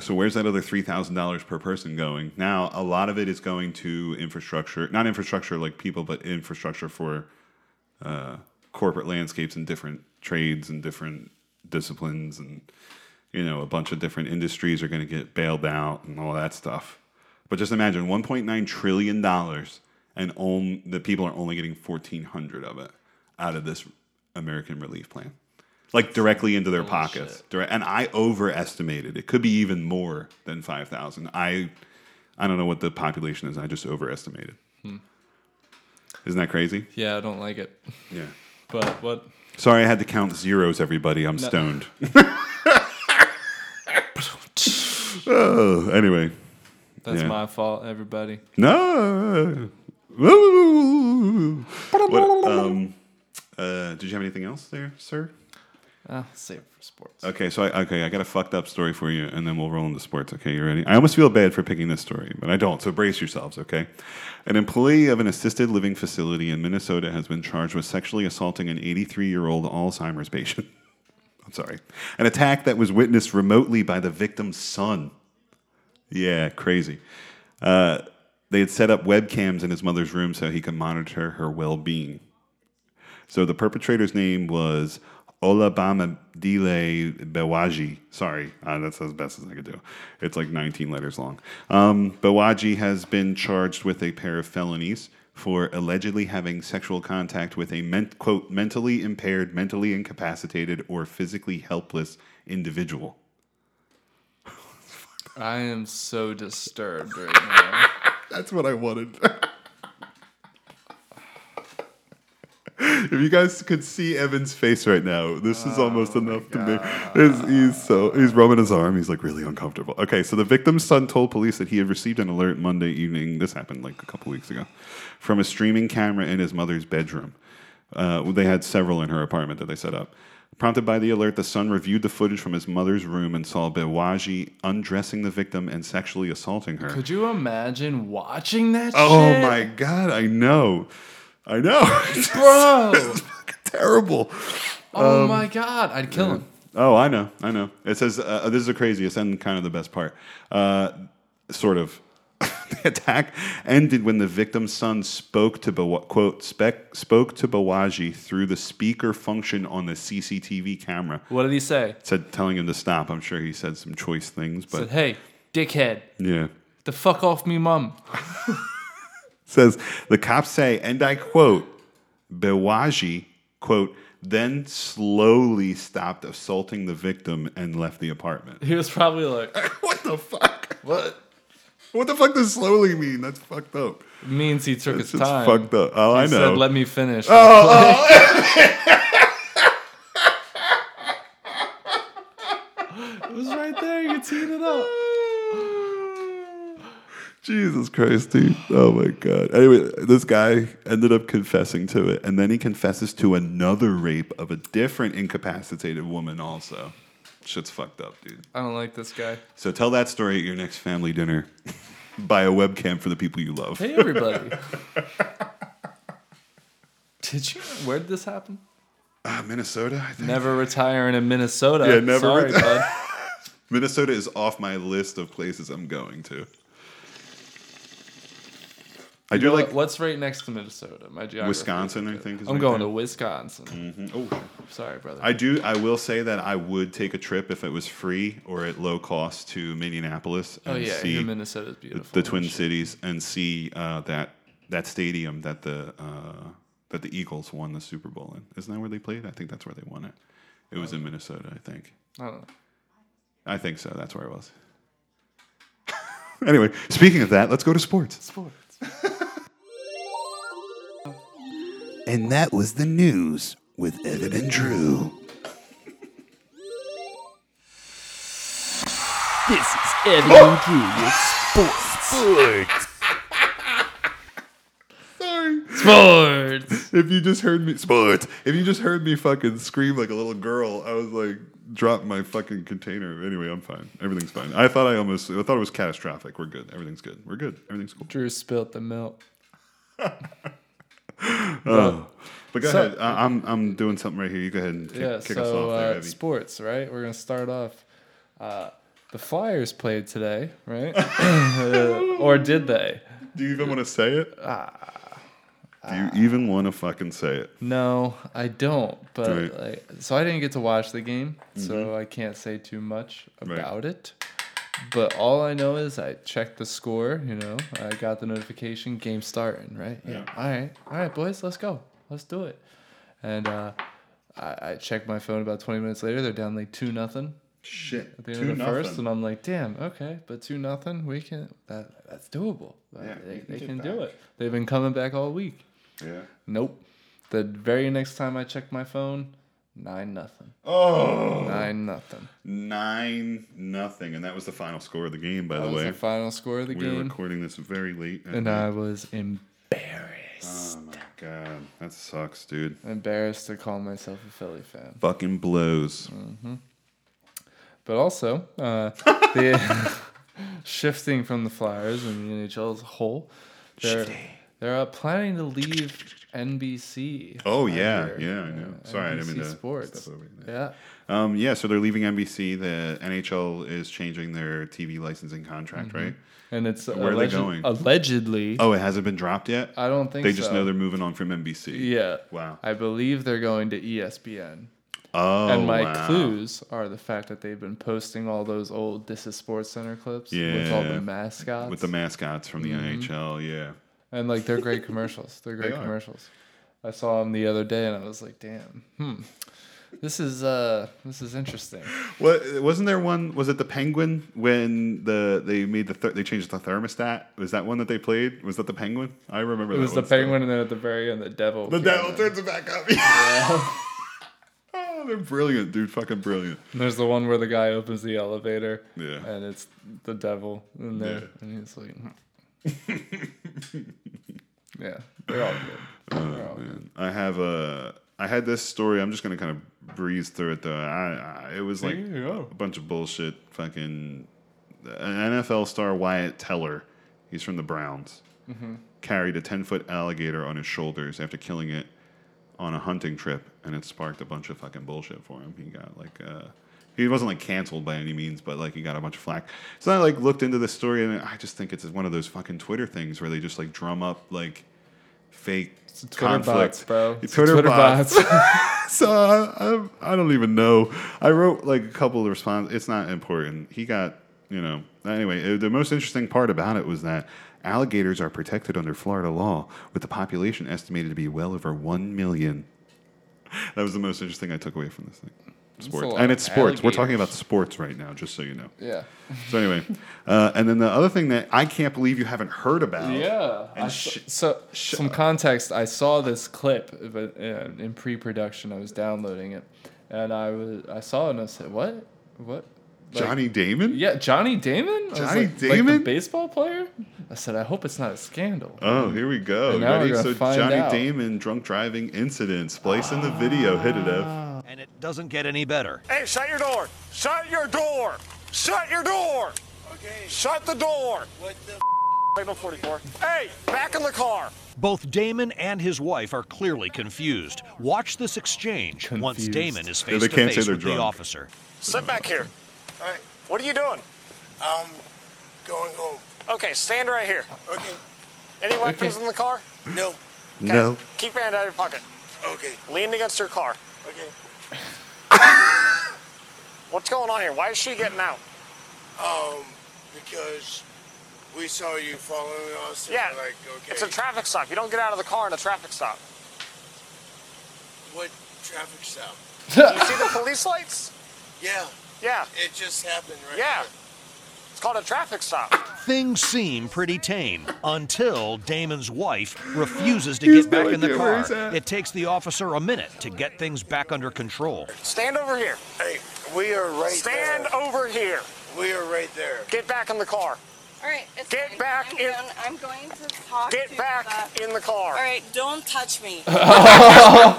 Speaker 1: So where's that other three thousand dollars per person going? Now a lot of it is going to infrastructure, not infrastructure like people, but infrastructure for uh, corporate landscapes and different trades and different disciplines, and you know a bunch of different industries are going to get bailed out and all that stuff. But just imagine one point nine trillion dollars, and on, the people are only getting fourteen hundred of it out of this American relief plan, like directly into their pockets. Direct, and I overestimated it could be even more than five thousand. I, I don't know what the population is. I just overestimated. Isn't that crazy?
Speaker 2: Yeah, I don't like it. [LAUGHS]
Speaker 1: Yeah.
Speaker 2: But what?
Speaker 1: Sorry, I had to count zeros, everybody. I'm
Speaker 2: No.
Speaker 1: stoned. oh, anyway.
Speaker 2: That's
Speaker 1: Yeah.
Speaker 2: my fault, everybody.
Speaker 1: No. Woo. What, um, uh, did you have anything else there, sir?
Speaker 2: Ah, save it for sports.
Speaker 1: Okay, so I, okay, I got a fucked up story for you, and then we'll roll into sports. Okay, you ready? I almost feel bad for picking this story, but I don't. So brace yourselves. Okay, an employee of an assisted living facility in Minnesota has been charged with sexually assaulting an 83-year-old Alzheimer's patient. [LAUGHS] I'm sorry, an attack that was witnessed remotely by the victim's son. Yeah, crazy. Uh, they had set up webcams in his mother's room so he could monitor her well-being. So the perpetrator's name was Olabama Dile Bewaji. Sorry, uh, that's as best as I could do. It's like 19 letters long. Um, Bewaji has been charged with a pair of felonies for allegedly having sexual contact with a men- quote mentally impaired, mentally incapacitated, or physically helpless individual.
Speaker 2: I am so disturbed right now.
Speaker 1: That's what I wanted. if you guys could see Evan's face right now, this is
Speaker 2: Oh
Speaker 1: almost enough to make. He's, he's so he's rubbing his arm. He's like really uncomfortable. Okay, so the victim's son told police that he had received an alert Monday evening. This happened like a couple weeks ago, from a streaming camera in his mother's bedroom. Uh, they had several in her apartment that they set up. Prompted by the alert, the son reviewed the footage from his mother's room and saw Bewaji undressing the victim and sexually assaulting her.
Speaker 2: Could you imagine watching that
Speaker 1: Oh
Speaker 2: shit?
Speaker 1: my god, I know. I know. [LAUGHS]
Speaker 2: Bro.
Speaker 1: it's fucking terrible.
Speaker 2: Oh
Speaker 1: Um,
Speaker 2: my god, I'd kill him.
Speaker 1: Oh, I know. I know. It says uh, this is the craziest and kind of the best part. Uh, sort of. [LAUGHS] the attack ended when the victim's son spoke to Bawa- quote spec- spoke to Bawaji through the speaker function on the CCTV camera.
Speaker 2: What did he say?
Speaker 1: Said telling him to stop. I'm sure he said some choice things, but
Speaker 2: Said, hey, dickhead,
Speaker 1: yeah.
Speaker 2: the fuck off me, mum.
Speaker 1: says the cops say, and I quote, Bewaji, quote, then slowly stopped assaulting the victim and left the apartment.
Speaker 2: [LAUGHS] He was probably like,
Speaker 1: what the fuck?
Speaker 2: What?
Speaker 1: What the fuck does slowly mean? That's fucked up.
Speaker 2: It means he took
Speaker 1: That's
Speaker 2: his
Speaker 1: just
Speaker 2: time.
Speaker 1: fucked up. Oh,
Speaker 2: he
Speaker 1: I know.
Speaker 2: Said, let me finish. [LAUGHS]
Speaker 1: Oh,
Speaker 2: it was right there. You could tee it up.
Speaker 1: Jesus Christ, dude. Oh my God. Anyway, this guy ended up confessing to it, and then he confesses to another rape of a different incapacitated woman, also. Shit's fucked up, dude.
Speaker 2: I don't like this guy.
Speaker 1: So tell that story at your next family dinner. [LAUGHS] Buy a webcam for the people you love.
Speaker 2: Hey, everybody. Did you? Where did this happen?
Speaker 1: Uh, Minnesota, I think.
Speaker 2: Never retiring in Minnesota.
Speaker 1: Yeah, never
Speaker 2: Sorry,
Speaker 1: reti-
Speaker 2: bud.
Speaker 1: Minnesota is off my list of places I'm going to. I
Speaker 2: You
Speaker 1: do
Speaker 2: know
Speaker 1: like
Speaker 2: what- what's right next to Minnesota? My geography. is
Speaker 1: Wisconsin, I
Speaker 2: good.
Speaker 1: think is
Speaker 2: I'm
Speaker 1: right
Speaker 2: going
Speaker 1: there.
Speaker 2: to Wisconsin.
Speaker 1: Oh,
Speaker 2: sorry, brother.
Speaker 1: I do. I will say that I would take a trip if it was free or at low cost to Minneapolis
Speaker 2: Oh,
Speaker 1: and
Speaker 2: yeah,
Speaker 1: see
Speaker 2: here Minnesota's beautiful
Speaker 1: the
Speaker 2: and
Speaker 1: Twin Cities and see uh, that that stadium that the uh, that the Eagles won the Super Bowl in. Isn't that where they played? I think that's where they won it. It was in Minnesota, I think.
Speaker 2: I don't know.
Speaker 1: I think so. That's where it was. [LAUGHS] anyway, speaking of that, let's go to sports.
Speaker 2: Sports.
Speaker 3: And that was the news with Evan and Drew.
Speaker 8: This is Evan
Speaker 13: Oh!
Speaker 8: and Drew with sports.
Speaker 1: Sorry.
Speaker 2: Sports.
Speaker 1: If you just heard me sports. If you just heard me fucking scream like a little girl, I was like dropping my fucking container. Anyway, I'm fine. Everything's fine. I thought I almost I thought it was catastrophic. We're good. Everything's good. We're good. Everything's cool.
Speaker 2: Drew spilt the milk.
Speaker 1: Oh. But go
Speaker 2: So-
Speaker 1: ahead. I, I'm I'm doing something right here. You go ahead and kick,
Speaker 2: yeah,
Speaker 1: kick
Speaker 2: so
Speaker 1: us off there,
Speaker 2: uh,
Speaker 1: Evie.
Speaker 2: sports, right? We're gonna start off. Uh, the Flyers played today,
Speaker 1: [LAUGHS]
Speaker 2: right? [LAUGHS] or did they?
Speaker 1: Do you even want to say it?
Speaker 2: Ah.
Speaker 1: Do you even want to fucking say it?
Speaker 2: No, I don't. But
Speaker 1: Right.
Speaker 2: like, so I didn't get to watch the game, so
Speaker 1: Mhm.
Speaker 2: I can't say too much
Speaker 1: Right.
Speaker 2: about it. But all I know is I checked the score. You know, I got the notification, game starting. Right? Yeah. All right, all right, boys, let's go. Let's do it. And uh, I, I checked my phone about twenty minutes later. They're down like two nothing.
Speaker 1: Shit.
Speaker 2: At the end of the first, and I'm like, damn, okay, but two nothing, we can that that's doable.
Speaker 1: Yeah,
Speaker 2: they
Speaker 1: you can
Speaker 2: they
Speaker 1: get
Speaker 2: can do it. They've been coming back all week.
Speaker 1: Yeah.
Speaker 2: Nope. The very next time I checked my phone, nine nothing.
Speaker 1: Oh.
Speaker 2: Nine nothing.
Speaker 1: Nine nothing, and that was the final score of the game. By
Speaker 2: That
Speaker 1: the
Speaker 2: was
Speaker 1: way,
Speaker 2: the final score of the
Speaker 1: We were
Speaker 2: game.
Speaker 1: recording this very late,
Speaker 2: And uh, I was
Speaker 1: embarrassed. Oh my god, that sucks, dude.
Speaker 2: Embarrassed to call myself a Philly fan.
Speaker 1: Fucking blows.
Speaker 2: hmm But also,
Speaker 1: [LAUGHS]
Speaker 2: uh, the [LAUGHS] shifting from the Flyers and the NHL as a whole, they're, they're uh, planning to leave NBC.
Speaker 1: Oh
Speaker 2: I
Speaker 1: yeah,
Speaker 2: hear.
Speaker 1: yeah. I know.
Speaker 2: Uh,
Speaker 1: Sorry, I didn't
Speaker 2: NBC
Speaker 1: mean to
Speaker 2: Sports.
Speaker 1: step over you
Speaker 2: Yeah.
Speaker 1: Um, yeah, so they're leaving NBC. The NHL is changing their TV licensing contract,
Speaker 2: Mhm.
Speaker 1: right?
Speaker 2: And it's
Speaker 1: where
Speaker 2: alleged-
Speaker 1: are they going?
Speaker 2: allegedly-
Speaker 1: Oh, it hasn't been dropped yet.
Speaker 2: I don't think
Speaker 1: they just
Speaker 2: so.
Speaker 1: know they're moving on from NBC.
Speaker 2: Yeah.
Speaker 1: Wow.
Speaker 2: I believe they're going to E ESPN.
Speaker 1: Oh,
Speaker 2: and my
Speaker 1: wow.
Speaker 2: clues are the fact that they've been posting all those old This Is Sports Center clips
Speaker 1: Yeah.
Speaker 2: with all the mascots.
Speaker 1: With the mascots from the
Speaker 2: Mhm.
Speaker 1: NHL. Yeah.
Speaker 2: And like
Speaker 1: [LAUGHS]
Speaker 2: they're great commercials. They're great
Speaker 1: They are.
Speaker 2: commercials. I saw them the other day and I was like, damn, hmm. This is uh this is interesting.
Speaker 1: What wasn't there one? Was it the Penguin when the they made the th- they changed the thermostat? Was that one that they played? Was that the Penguin? I remember.
Speaker 2: It
Speaker 1: that
Speaker 2: was the
Speaker 1: one still.
Speaker 2: penguin and then at the very end the devil.
Speaker 1: The
Speaker 2: came
Speaker 1: devil
Speaker 2: in.
Speaker 1: turns it back up. [LAUGHS] Oh, they're brilliant, dude. Fucking brilliant.
Speaker 2: And There's the one where the guy opens the elevator.
Speaker 1: Yeah.
Speaker 2: And it's the devil in there.
Speaker 1: Yeah.
Speaker 2: And he's like hmm.
Speaker 1: [LAUGHS]
Speaker 2: Yeah. They're all good.
Speaker 1: Oh,
Speaker 2: They're all good.
Speaker 1: man. I have a. I had this story. I'm just gonna kind of breeze through it though. I, I it was like
Speaker 2: There you go.
Speaker 1: a bunch of bullshit. Fucking uh, an NFL star Wyatt Teller. He's from the Browns. Mm-hmm.
Speaker 2: Mhm.
Speaker 1: Carried a 10 foot alligator on his shoulders after killing it on a hunting trip, and it sparked a bunch of fucking bullshit for him. He got like uh, he wasn't like canceled by any means, but like he got a bunch of flack. So I like looked into this story, and I just think it's one of those fucking Twitter things where they just like drum up like fake
Speaker 2: Twitter
Speaker 1: conflict,
Speaker 2: bots, bro. It's
Speaker 1: Twitter,
Speaker 2: Twitter
Speaker 1: bots. [LAUGHS]
Speaker 2: bots.
Speaker 1: so I, I, I don't even know. I wrote like a couple of responses. It's not important. He got you know. Anyway, uh, the most interesting part about it was that alligators are protected under Florida law, with the population estimated to be well over one million. [LAUGHS] That was the most interesting I took away from this thing.
Speaker 2: That's a
Speaker 1: Sports.
Speaker 2: lot
Speaker 1: And
Speaker 2: of
Speaker 1: it's sports. We're
Speaker 2: alligators.
Speaker 1: talking about sports right now, just so you know.
Speaker 2: Yeah.
Speaker 1: So anyway, uh, and then the other thing that I can't believe you haven't heard about.
Speaker 2: Yeah. I
Speaker 1: And
Speaker 2: s- so, some context. I saw this clip of it, uh, in pre-production. I was downloading it, and I was I saw it and I said, "What? What?
Speaker 1: Johnny Damon?
Speaker 2: Yeah, Johnny Damon. I was
Speaker 1: Johnny
Speaker 2: like, like
Speaker 1: Damon?
Speaker 2: the baseball player." I said, "I hope it's not a scandal."
Speaker 1: Oh, here we go.
Speaker 2: And now
Speaker 1: Ready?
Speaker 2: we're gonna
Speaker 1: So
Speaker 2: find
Speaker 1: Johnny
Speaker 2: out.
Speaker 1: Damon drunk driving incident. Splice in the video. Hit it up.
Speaker 13: And it doesn't get any better.
Speaker 14: Hey, shut your door! Shut your door! Shut your door! Okay. Shut the door! What the? Signal 44. Hey, back in the car.
Speaker 13: Both Damon and his wife are clearly confused. Watch this exchange once
Speaker 1: Confused.
Speaker 13: Damon is
Speaker 1: Yeah,
Speaker 13: face
Speaker 1: they
Speaker 13: to
Speaker 1: can't say
Speaker 13: face
Speaker 1: they're
Speaker 13: with
Speaker 1: drunk.
Speaker 13: the officer.
Speaker 14: Sit back here. All right. What are you doing? I'm going home. Okay, stand right here. Okay. Any weapons in the car? No.
Speaker 3: No.
Speaker 14: Keep your hand out of your pocket. Okay. Lean against your car. Okay. What's going on here? Why is she getting out? Um, because we saw you following us. Yeah. like, okay. It's a traffic stop. You don't get out of the car in a traffic stop. What traffic stop? you see the police lights? Yeah. Yeah. It just happened right Yeah. It's called a traffic stop.
Speaker 13: Things seem pretty tame until Damon's wife refuses to
Speaker 14: He has
Speaker 13: get back
Speaker 14: no
Speaker 13: in the
Speaker 14: idea where
Speaker 13: car.
Speaker 14: he's at.
Speaker 13: It takes the officer a minute to get things back under control.
Speaker 14: Stand over here. Hey, we are right Stand over here. We are right there. Get back in the car.
Speaker 15: All right, it's
Speaker 14: Get
Speaker 15: fine.
Speaker 14: back
Speaker 15: I'm
Speaker 14: in-
Speaker 15: done. I'm going to talk.
Speaker 14: Get
Speaker 15: to
Speaker 14: back
Speaker 15: the-
Speaker 14: in the car.
Speaker 15: All right, don't touch me. don't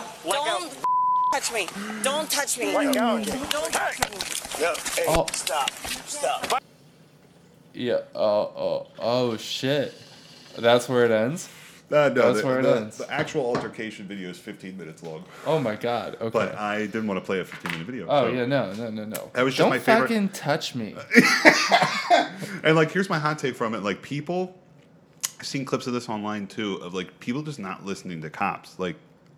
Speaker 15: touch me. Don't touch me.
Speaker 14: Let go.
Speaker 15: Don't touch me.
Speaker 14: No, hey,
Speaker 2: Oh.
Speaker 14: stop. Stop.
Speaker 2: Yeah. Oh. Oh. Oh. Shit. That's where it ends.
Speaker 1: Uh, no,
Speaker 2: That's
Speaker 1: the,
Speaker 2: where it
Speaker 1: the-
Speaker 2: ends.
Speaker 1: the actual altercation video is 15 minutes long.
Speaker 2: Oh my god. Okay.
Speaker 1: But I didn't want to play a 15 minute video.
Speaker 2: Oh
Speaker 1: so-
Speaker 2: yeah. No. No. No. No.
Speaker 1: That was just
Speaker 2: Don't
Speaker 1: my favorite-
Speaker 2: fucking touch
Speaker 1: [LAUGHS]
Speaker 2: me.
Speaker 1: And like, here's my hot take from it. Like, people, I've seen clips of this online too, of like people just not listening to cops. Like,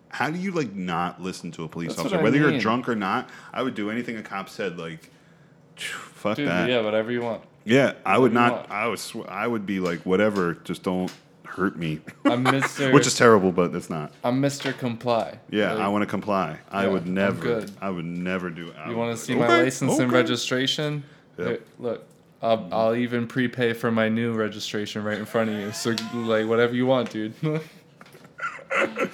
Speaker 1: how do you like not listen to a police
Speaker 2: That's what
Speaker 1: officer,
Speaker 2: I
Speaker 1: whether you're
Speaker 2: mean.
Speaker 1: drunk or not? I would do anything a cop said. Like, fuck
Speaker 2: Dude,
Speaker 1: that.
Speaker 2: yeah. Whatever you want.
Speaker 1: Yeah, I would
Speaker 2: Whatever you
Speaker 1: not. I would. Sw- I would be like, whatever. Just don't hurt
Speaker 2: [LAUGHS]
Speaker 1: me. [LAUGHS]
Speaker 2: I'm Mr.
Speaker 1: Which is terrible, but it's not.
Speaker 2: I'm Mr. Comply.
Speaker 1: Yeah,
Speaker 2: Like,
Speaker 1: I want to comply. I
Speaker 2: Yeah,
Speaker 1: would
Speaker 2: I'm
Speaker 1: never.
Speaker 2: good.
Speaker 1: I would never do. I would
Speaker 2: You want
Speaker 1: be
Speaker 2: to see
Speaker 1: like,
Speaker 2: my
Speaker 1: "Okay,
Speaker 2: license and
Speaker 1: okay."
Speaker 2: registration?
Speaker 1: Yep.
Speaker 2: Here, look, I'll, I'll even prepay for my new registration right in front of you. So, like, whatever you want, dude. [LAUGHS] yeah,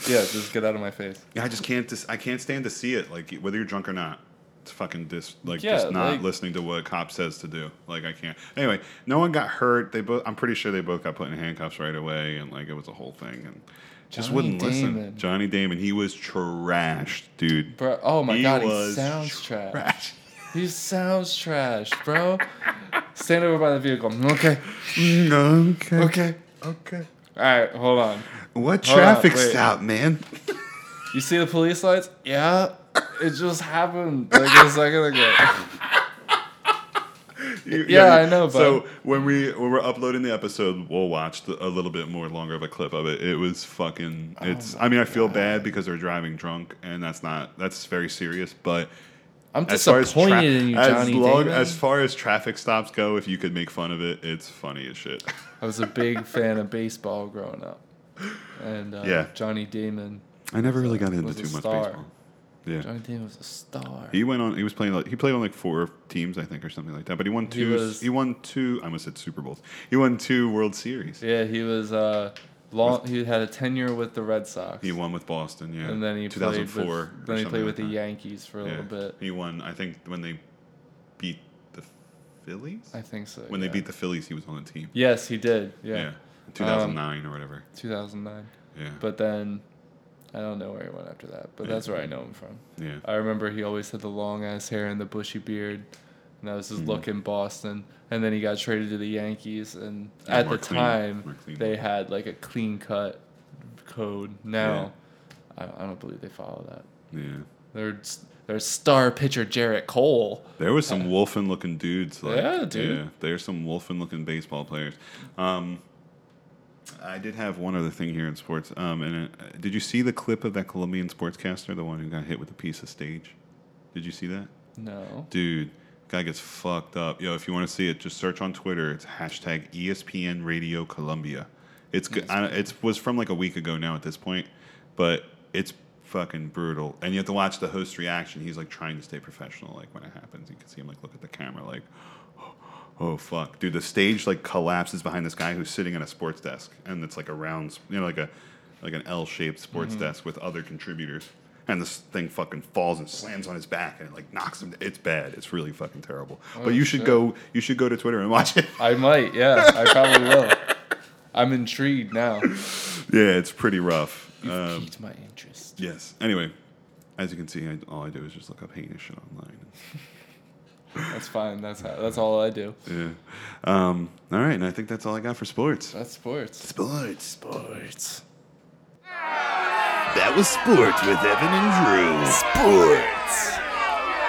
Speaker 2: just get out of my face.
Speaker 1: I just can't. Dis- I can't stand to see it. Like whether you're drunk or not, it's fucking dis- like
Speaker 2: Yeah,
Speaker 1: just not
Speaker 2: like-
Speaker 1: listening to what a cop says to do. Like I can't. Anyway, no one got hurt. They both. I'm pretty sure they both got put in handcuffs right away, and like it was a whole thing. And just
Speaker 2: Johnny
Speaker 1: wouldn't listen.
Speaker 2: Damon.
Speaker 1: Johnny Damon. He was trashed, dude.
Speaker 2: Bro, oh my
Speaker 1: He
Speaker 2: god, he
Speaker 1: was
Speaker 2: sounds trash. He sounds trash, bro. Stand over by the vehicle. Okay.
Speaker 1: Okay.
Speaker 2: Mm, Okay.
Speaker 1: Okay.
Speaker 2: All right, hold on.
Speaker 1: What
Speaker 2: Hold
Speaker 1: traffic
Speaker 2: wait.
Speaker 1: stop, man? [LAUGHS]
Speaker 2: You see the police lights? Yeah. It just happened like a second ago.
Speaker 1: You-
Speaker 2: Yeah,
Speaker 1: you-
Speaker 2: I know,
Speaker 1: So
Speaker 2: bud.
Speaker 1: when we when we're uploading the episode, we'll watch the, a little bit more longer of a clip of it. It was fucking.
Speaker 2: Oh
Speaker 1: It's. I mean, I feel bad because they're driving drunk, and that's not that's very serious. But
Speaker 2: I'm
Speaker 1: as far as
Speaker 2: disappointed in you,
Speaker 1: as
Speaker 2: Johnny
Speaker 1: long
Speaker 2: Damon.
Speaker 1: as far as traffic stops go, if you could make fun of it, it's funny as shit.
Speaker 2: I was a big fan of baseball growing up. And uh,
Speaker 1: Yeah.
Speaker 2: Johnny Damon.
Speaker 1: I never really got into
Speaker 2: was a
Speaker 1: too much
Speaker 2: star.
Speaker 1: baseball. Yeah.
Speaker 2: Johnny Damon was a star.
Speaker 1: He went on. He was playing. Like, he played on like four teams, I think, or something like that. But he won
Speaker 2: He
Speaker 1: two. He,
Speaker 2: was-
Speaker 1: won two. I almost said Super Bowls. He won two World Series.
Speaker 2: Yeah, he was uh, long. He had a tenure with the Red Sox.
Speaker 1: He won with Boston. Yeah.
Speaker 2: And then he played with-
Speaker 1: 2004. or
Speaker 2: then he
Speaker 1: something
Speaker 2: played with
Speaker 1: like
Speaker 2: the
Speaker 1: that.
Speaker 2: Yankees for a little bit.
Speaker 1: He won. I think when they beat the Phillies.
Speaker 2: I think so,
Speaker 1: When
Speaker 2: yeah.
Speaker 1: they beat the Phillies, he was on the team.
Speaker 2: Yes, he did. Yeah.
Speaker 1: Yeah.
Speaker 2: Um,
Speaker 1: 2009 or whatever.
Speaker 2: 2009.
Speaker 1: Yeah.
Speaker 2: But then I don't know where he went after that, but
Speaker 1: Yeah.
Speaker 2: that's where I know him from.
Speaker 1: Yeah.
Speaker 2: I remember he always had the long ass hair and the bushy beard. And that was
Speaker 1: Hmm.
Speaker 2: his look in Boston. And then he got traded to the Yankees and
Speaker 1: Yeah,
Speaker 2: at
Speaker 1: more
Speaker 2: the
Speaker 1: clean- more
Speaker 2: time
Speaker 1: clean.
Speaker 2: they had like a clean cut code. Now I, I don't believe they follow that.
Speaker 1: Yeah.
Speaker 2: Their their star pitcher Jarrett Cole.
Speaker 1: There was some wolfen looking dudes. Like,
Speaker 2: Yeah, dude.
Speaker 1: there's some wolfen looking baseball players. Um, I did have one other thing here in sports. Um, and uh did you see the clip of that Colombian sportscaster, the one who got hit with a piece of stage? Did you see that?
Speaker 2: No.
Speaker 1: Dude, guy gets fucked up. Yo, if you want to see it, just search on Twitter. It's hashtag E ESPN Radio Colombia. It's good. It was from like a week ago now at this point, but it's fucking brutal. And you have to watch the host reaction. He's like trying to stay professional. Like when it happens, you can see him like look at the camera, like, oh fuck, dude. The stage like collapses behind this guy who's sitting at a sports desk, and it's like a round, you know, like a like an L-shaped sports
Speaker 2: Mhm.
Speaker 1: desk with other contributors. And this thing fucking falls and slams on his back and it like knocks him. It's bad. It's really fucking terrible.
Speaker 2: Oh,
Speaker 1: but you should
Speaker 2: shit.
Speaker 1: go. You should go to Twitter and watch it. [LAUGHS]
Speaker 2: I might, yeah. I probably will. I'm intrigued now.
Speaker 1: yeah, it's pretty rough.
Speaker 2: You've
Speaker 1: Um,
Speaker 2: piqued my interest.
Speaker 1: Yes. Anyway, as you can see, I, all I do is just look up heinous shit online.
Speaker 2: That's fine. That's how, that's all I do.
Speaker 1: Yeah. Um, all right, and I think that's all I got for sports.
Speaker 2: That's sports.
Speaker 3: Sports.
Speaker 2: Sports.
Speaker 3: That was sports with Evan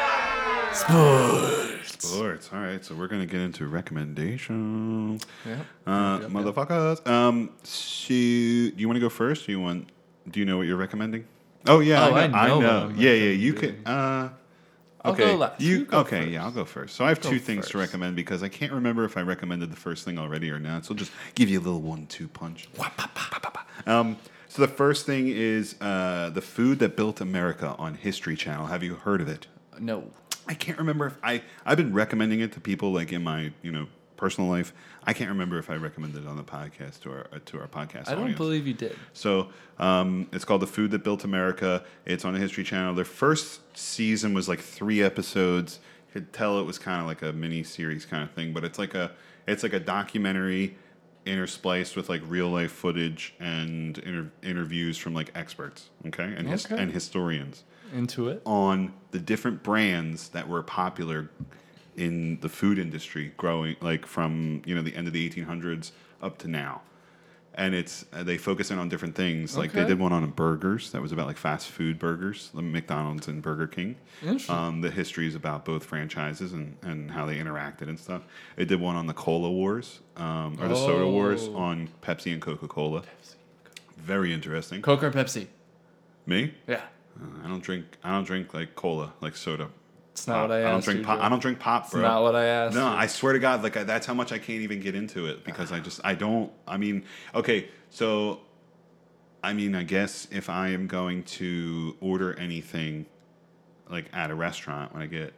Speaker 3: and Drew. Sports. Sports.
Speaker 1: Sports. All right, so we're gonna get into recommendations.
Speaker 3: Yep.
Speaker 1: Uh,
Speaker 3: Yep, yep.
Speaker 1: motherfuckers. Um, so, do you want to go first? Do you want? Do you know what you're recommending? Oh yeah,
Speaker 2: Oh,
Speaker 1: I know.
Speaker 2: I know
Speaker 1: I
Speaker 2: what
Speaker 1: know.
Speaker 2: I'm
Speaker 1: Yeah, yeah. You can. Uh,
Speaker 2: I'll
Speaker 1: okay.
Speaker 2: go last.
Speaker 1: You,
Speaker 2: You go
Speaker 1: okay? Yeah, I'll go first. So I have
Speaker 2: Go
Speaker 1: two things to recommend because I can't remember if I recommended the first thing already or not. So I'll just give you a little one-two punch. Um, so the first thing is uh, the food that built America on History Channel. Have you heard of it?
Speaker 2: No.
Speaker 1: I can't remember if I I've been recommending it to people like in my you know personal life. I can't remember if I recommended it on the podcast to our uh, to our podcast.
Speaker 2: I don't
Speaker 1: audience.
Speaker 2: believe you did.
Speaker 1: So um, it's called The Food That Built America. It's on the History Channel. Their first season was like three episodes. You could tell it was kind of like a mini series kind of thing, but it's like a it's like a documentary interspliced with like real life footage and inter- interviews from like experts, okay, and his-
Speaker 2: Okay.
Speaker 1: and historians
Speaker 2: Into it.
Speaker 1: on the different brands that were popular in the food industry growing like from you know the end of the 1800s up to now and it's uh, they focus in on different things like they
Speaker 2: Okay.
Speaker 1: did one on burgers that was about like fast food burgers the mcdonald's and burger king
Speaker 2: Interesting.
Speaker 1: um, the histories about both franchises and, and how they interacted and stuff they did one on the cola wars um, or the soda wars
Speaker 2: Oh.
Speaker 1: on pepsi and coca-cola very interesting
Speaker 2: Coke or Pepsi?
Speaker 1: me?
Speaker 2: Yeah.
Speaker 1: Uh, I don't drink. I don't drink like cola, like soda.
Speaker 2: It's not what I
Speaker 1: I don't
Speaker 2: asked
Speaker 1: drink
Speaker 2: you,
Speaker 1: pop.
Speaker 2: Joe.
Speaker 1: I don't drink pop,
Speaker 2: It's
Speaker 1: bro.
Speaker 2: not what I asked
Speaker 1: No,
Speaker 2: you.
Speaker 1: I swear to God, like I, that's how much I can't even get into it because I just I don't. I mean, okay, so I mean, I guess if I am going to order anything like at a restaurant, when I get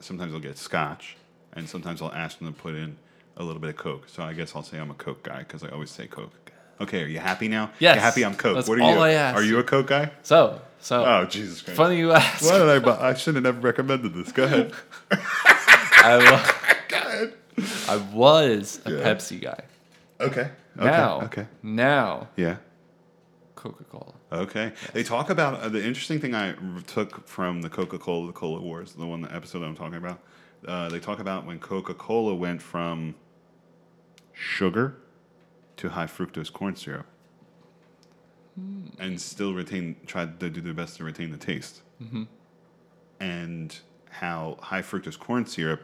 Speaker 1: sometimes I'll get scotch, and sometimes I'll ask them to put in a little bit of Coke. So I guess I'll say I'm a Coke guy because I always say Coke. Okay, are you happy now?
Speaker 2: Yes.
Speaker 1: You happy I'm Coke.
Speaker 2: That's
Speaker 1: what are
Speaker 2: all
Speaker 1: you?
Speaker 2: I asked.
Speaker 1: Are you a Coke guy?
Speaker 2: So, so.
Speaker 1: Oh, Jesus Christ.
Speaker 2: Funny you ask.
Speaker 1: Why did I? bu- I should have never recommended this. Go ahead.
Speaker 2: [LAUGHS] I
Speaker 1: [LAUGHS]
Speaker 2: was, I was a
Speaker 1: Yeah.
Speaker 2: Pepsi guy.
Speaker 1: Okay. Okay.
Speaker 2: Now,
Speaker 1: Okay.
Speaker 2: Now,
Speaker 1: Yeah.
Speaker 2: Coca Cola.
Speaker 1: Okay. They talk about uh, the interesting thing I r- took from the Coca Cola, the Cola Wars, the one the episode I'm talking about. Uh, they talk about when Coca Cola went from sugar to high fructose corn syrup and still retain, tried to do their best to retain the taste.
Speaker 2: Mhm.
Speaker 1: And how high fructose corn syrup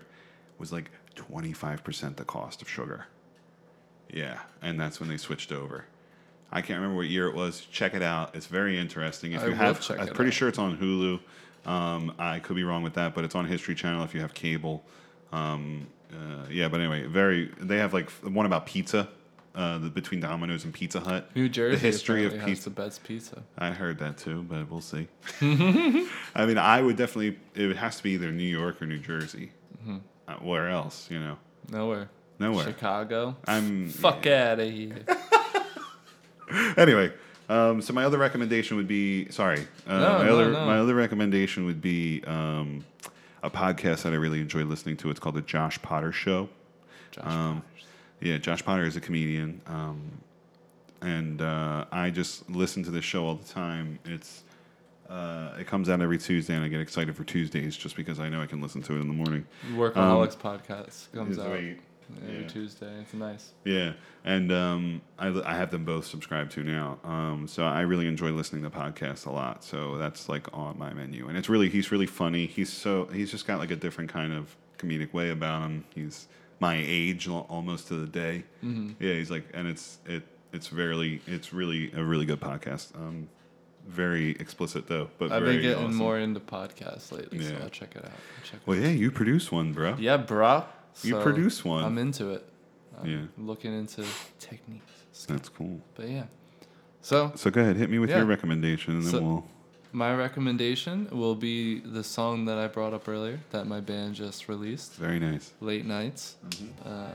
Speaker 1: was like 25% the cost of sugar. Yeah, and that's when they switched over. I can't remember what year it was. Check it out. It's very interesting. If
Speaker 2: I
Speaker 1: you
Speaker 2: will
Speaker 1: have,
Speaker 2: check
Speaker 1: I'm
Speaker 2: it
Speaker 1: pretty sure it's on Hulu. Um, I could be wrong with that, but it's on History Channel if you have cable. Um, uh, yeah, but anyway, very. They have like f- one about pizza, uh, the, between Domino's and Pizza Hut.
Speaker 2: New Jersey.
Speaker 1: The history of
Speaker 2: apparently has
Speaker 1: pizza.
Speaker 2: the best pizza.
Speaker 1: I heard that too, but we'll
Speaker 2: [LAUGHS]
Speaker 1: see. I mean, I would definitely. It has to be either New York or New Jersey.
Speaker 2: Mhm.
Speaker 1: Uh, where else? You know.
Speaker 2: Nowhere.
Speaker 1: Nowhere.
Speaker 2: Chicago.
Speaker 1: I'm-
Speaker 2: fuck out of here.
Speaker 1: anyway, um, so my other recommendation would be sorry. Uh,
Speaker 2: No,
Speaker 1: my
Speaker 2: no,
Speaker 1: other
Speaker 2: no.
Speaker 1: my other recommendation would be um, a podcast that I really enjoy listening to. It's called the Josh Potter Show. Josh um, Yeah, Josh Potter is a comedian, um, and uh, I just listen to this show all the time. It's uh, it comes out every Tuesday, and I get excited for Tuesdays just because I know I can listen to it in the morning. Um,
Speaker 2: Workaholics podcast comes
Speaker 1: is
Speaker 2: out
Speaker 1: wait,
Speaker 2: every
Speaker 1: yeah.
Speaker 2: Tuesday. It's nice.
Speaker 1: Yeah, and um, I, I have them both subscribed to now. Um, so I really enjoy listening to podcasts a lot. So that's like on my menu, and it's really he's really funny. He's so he's just got like a different kind of comedic way about him. He's my age al- almost to the day.
Speaker 2: Mhm.
Speaker 1: Yeah, he's like, and it's it it's really it's really a really good podcast. Um, very explicit though, but
Speaker 2: I've
Speaker 1: very
Speaker 2: been getting
Speaker 1: awesome.
Speaker 2: more into podcasts lately, so
Speaker 1: Yeah.
Speaker 2: I'll check it out. Check it
Speaker 1: Well, yeah, you produce one, bro.
Speaker 2: out. Yeah, bruh.
Speaker 1: You
Speaker 2: So,
Speaker 1: produce one.
Speaker 2: I'm into it. I'm
Speaker 1: Yeah.
Speaker 2: Looking into [SIGHS] techniques.
Speaker 1: That's cool.
Speaker 2: But yeah. So
Speaker 1: So go ahead, hit me with
Speaker 2: Yeah.
Speaker 1: your recommendation, and then
Speaker 2: So-
Speaker 1: we'll.
Speaker 2: My recommendation will be the song that I brought up earlier that my band just released.
Speaker 1: Very nice.
Speaker 2: Late Nights. Uh,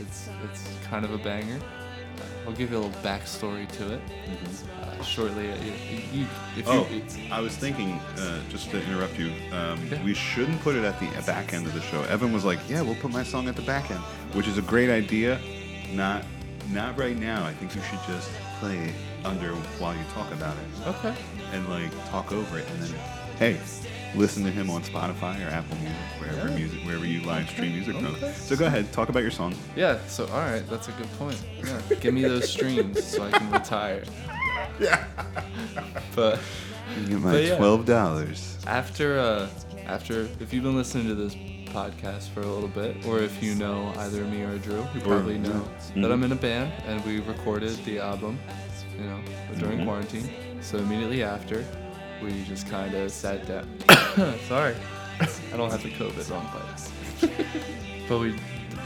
Speaker 2: it's it's kind of a banger. Uh, I'll give you a little backstory to it uh, shortly. Uh, if you, if
Speaker 1: oh,
Speaker 2: you,
Speaker 1: I was thinking, uh, just to interrupt you, um, we shouldn't put it at the back end of the show. Evan was like, "Yeah, we'll put my song at the back end," which is a great idea. Not, not right now. I think you should just play it under while you talk about it.
Speaker 2: Okay.
Speaker 1: And like talk over it, and then, hey, listen to him on Spotify or Apple Music, wherever
Speaker 2: Yeah.
Speaker 1: music, wherever you live stream music
Speaker 2: okay.
Speaker 1: from. So go ahead, talk about your song.
Speaker 2: yeah. So all right, that's a good point. Yeah, give me [LAUGHS] those streams so I can retire. Yeah. But
Speaker 1: You get my
Speaker 2: but yeah.
Speaker 1: twelve dollars.
Speaker 2: after uh after if you've been listening to this podcast for a little bit or if you know either me or drew you
Speaker 1: Or-
Speaker 2: probably know
Speaker 1: yeah.
Speaker 2: that
Speaker 1: Mhm.
Speaker 2: i'm in a band and we recorded the album you know during
Speaker 1: Mhm.
Speaker 2: quarantine so immediately after we just kind of sat down [COUGHS] sorry i don't have the covid on but but we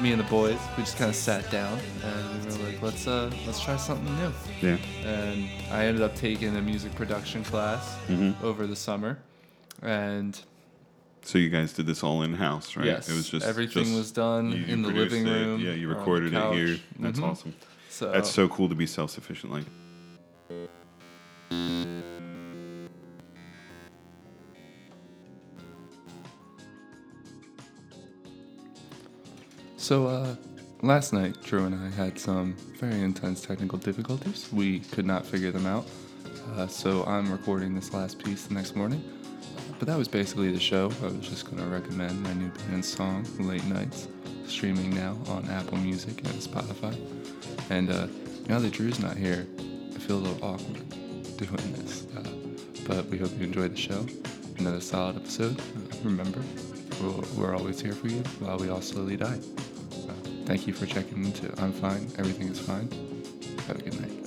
Speaker 2: me and the boys we just kind of sat down and we were like let's uh let's try something new
Speaker 1: Yeah.
Speaker 2: and i ended up taking a music production class
Speaker 1: Mhm.
Speaker 2: over the summer and
Speaker 1: So you guys did this all in house, right?
Speaker 2: Yes, everything was done in the
Speaker 1: produced
Speaker 2: living
Speaker 1: it,
Speaker 2: room,
Speaker 1: Yeah, you
Speaker 2: on the
Speaker 1: recorded it
Speaker 2: couch. Uh,
Speaker 1: here. That's
Speaker 2: Mhm.
Speaker 1: awesome.
Speaker 2: So-
Speaker 1: that's so cool to be self sufficient like.
Speaker 2: So, uh, last night, Drew and I had some very intense technical difficulties. We could not figure them out. Uh, so, I'm recording this last piece the next morning. But that was basically the show. I was just going to recommend my new band song, Late Nights, streaming now on Apple Music and Spotify. And uh, now that Drew's not here, I feel a little awkward doing this. Uh, but we hope you enjoyed the show. Another solid episode. Uh, remember, we'll, we're always here for you while we all slowly die. Uh, thank you for checking in too. I'm fine. Everything is fine. Have a good night.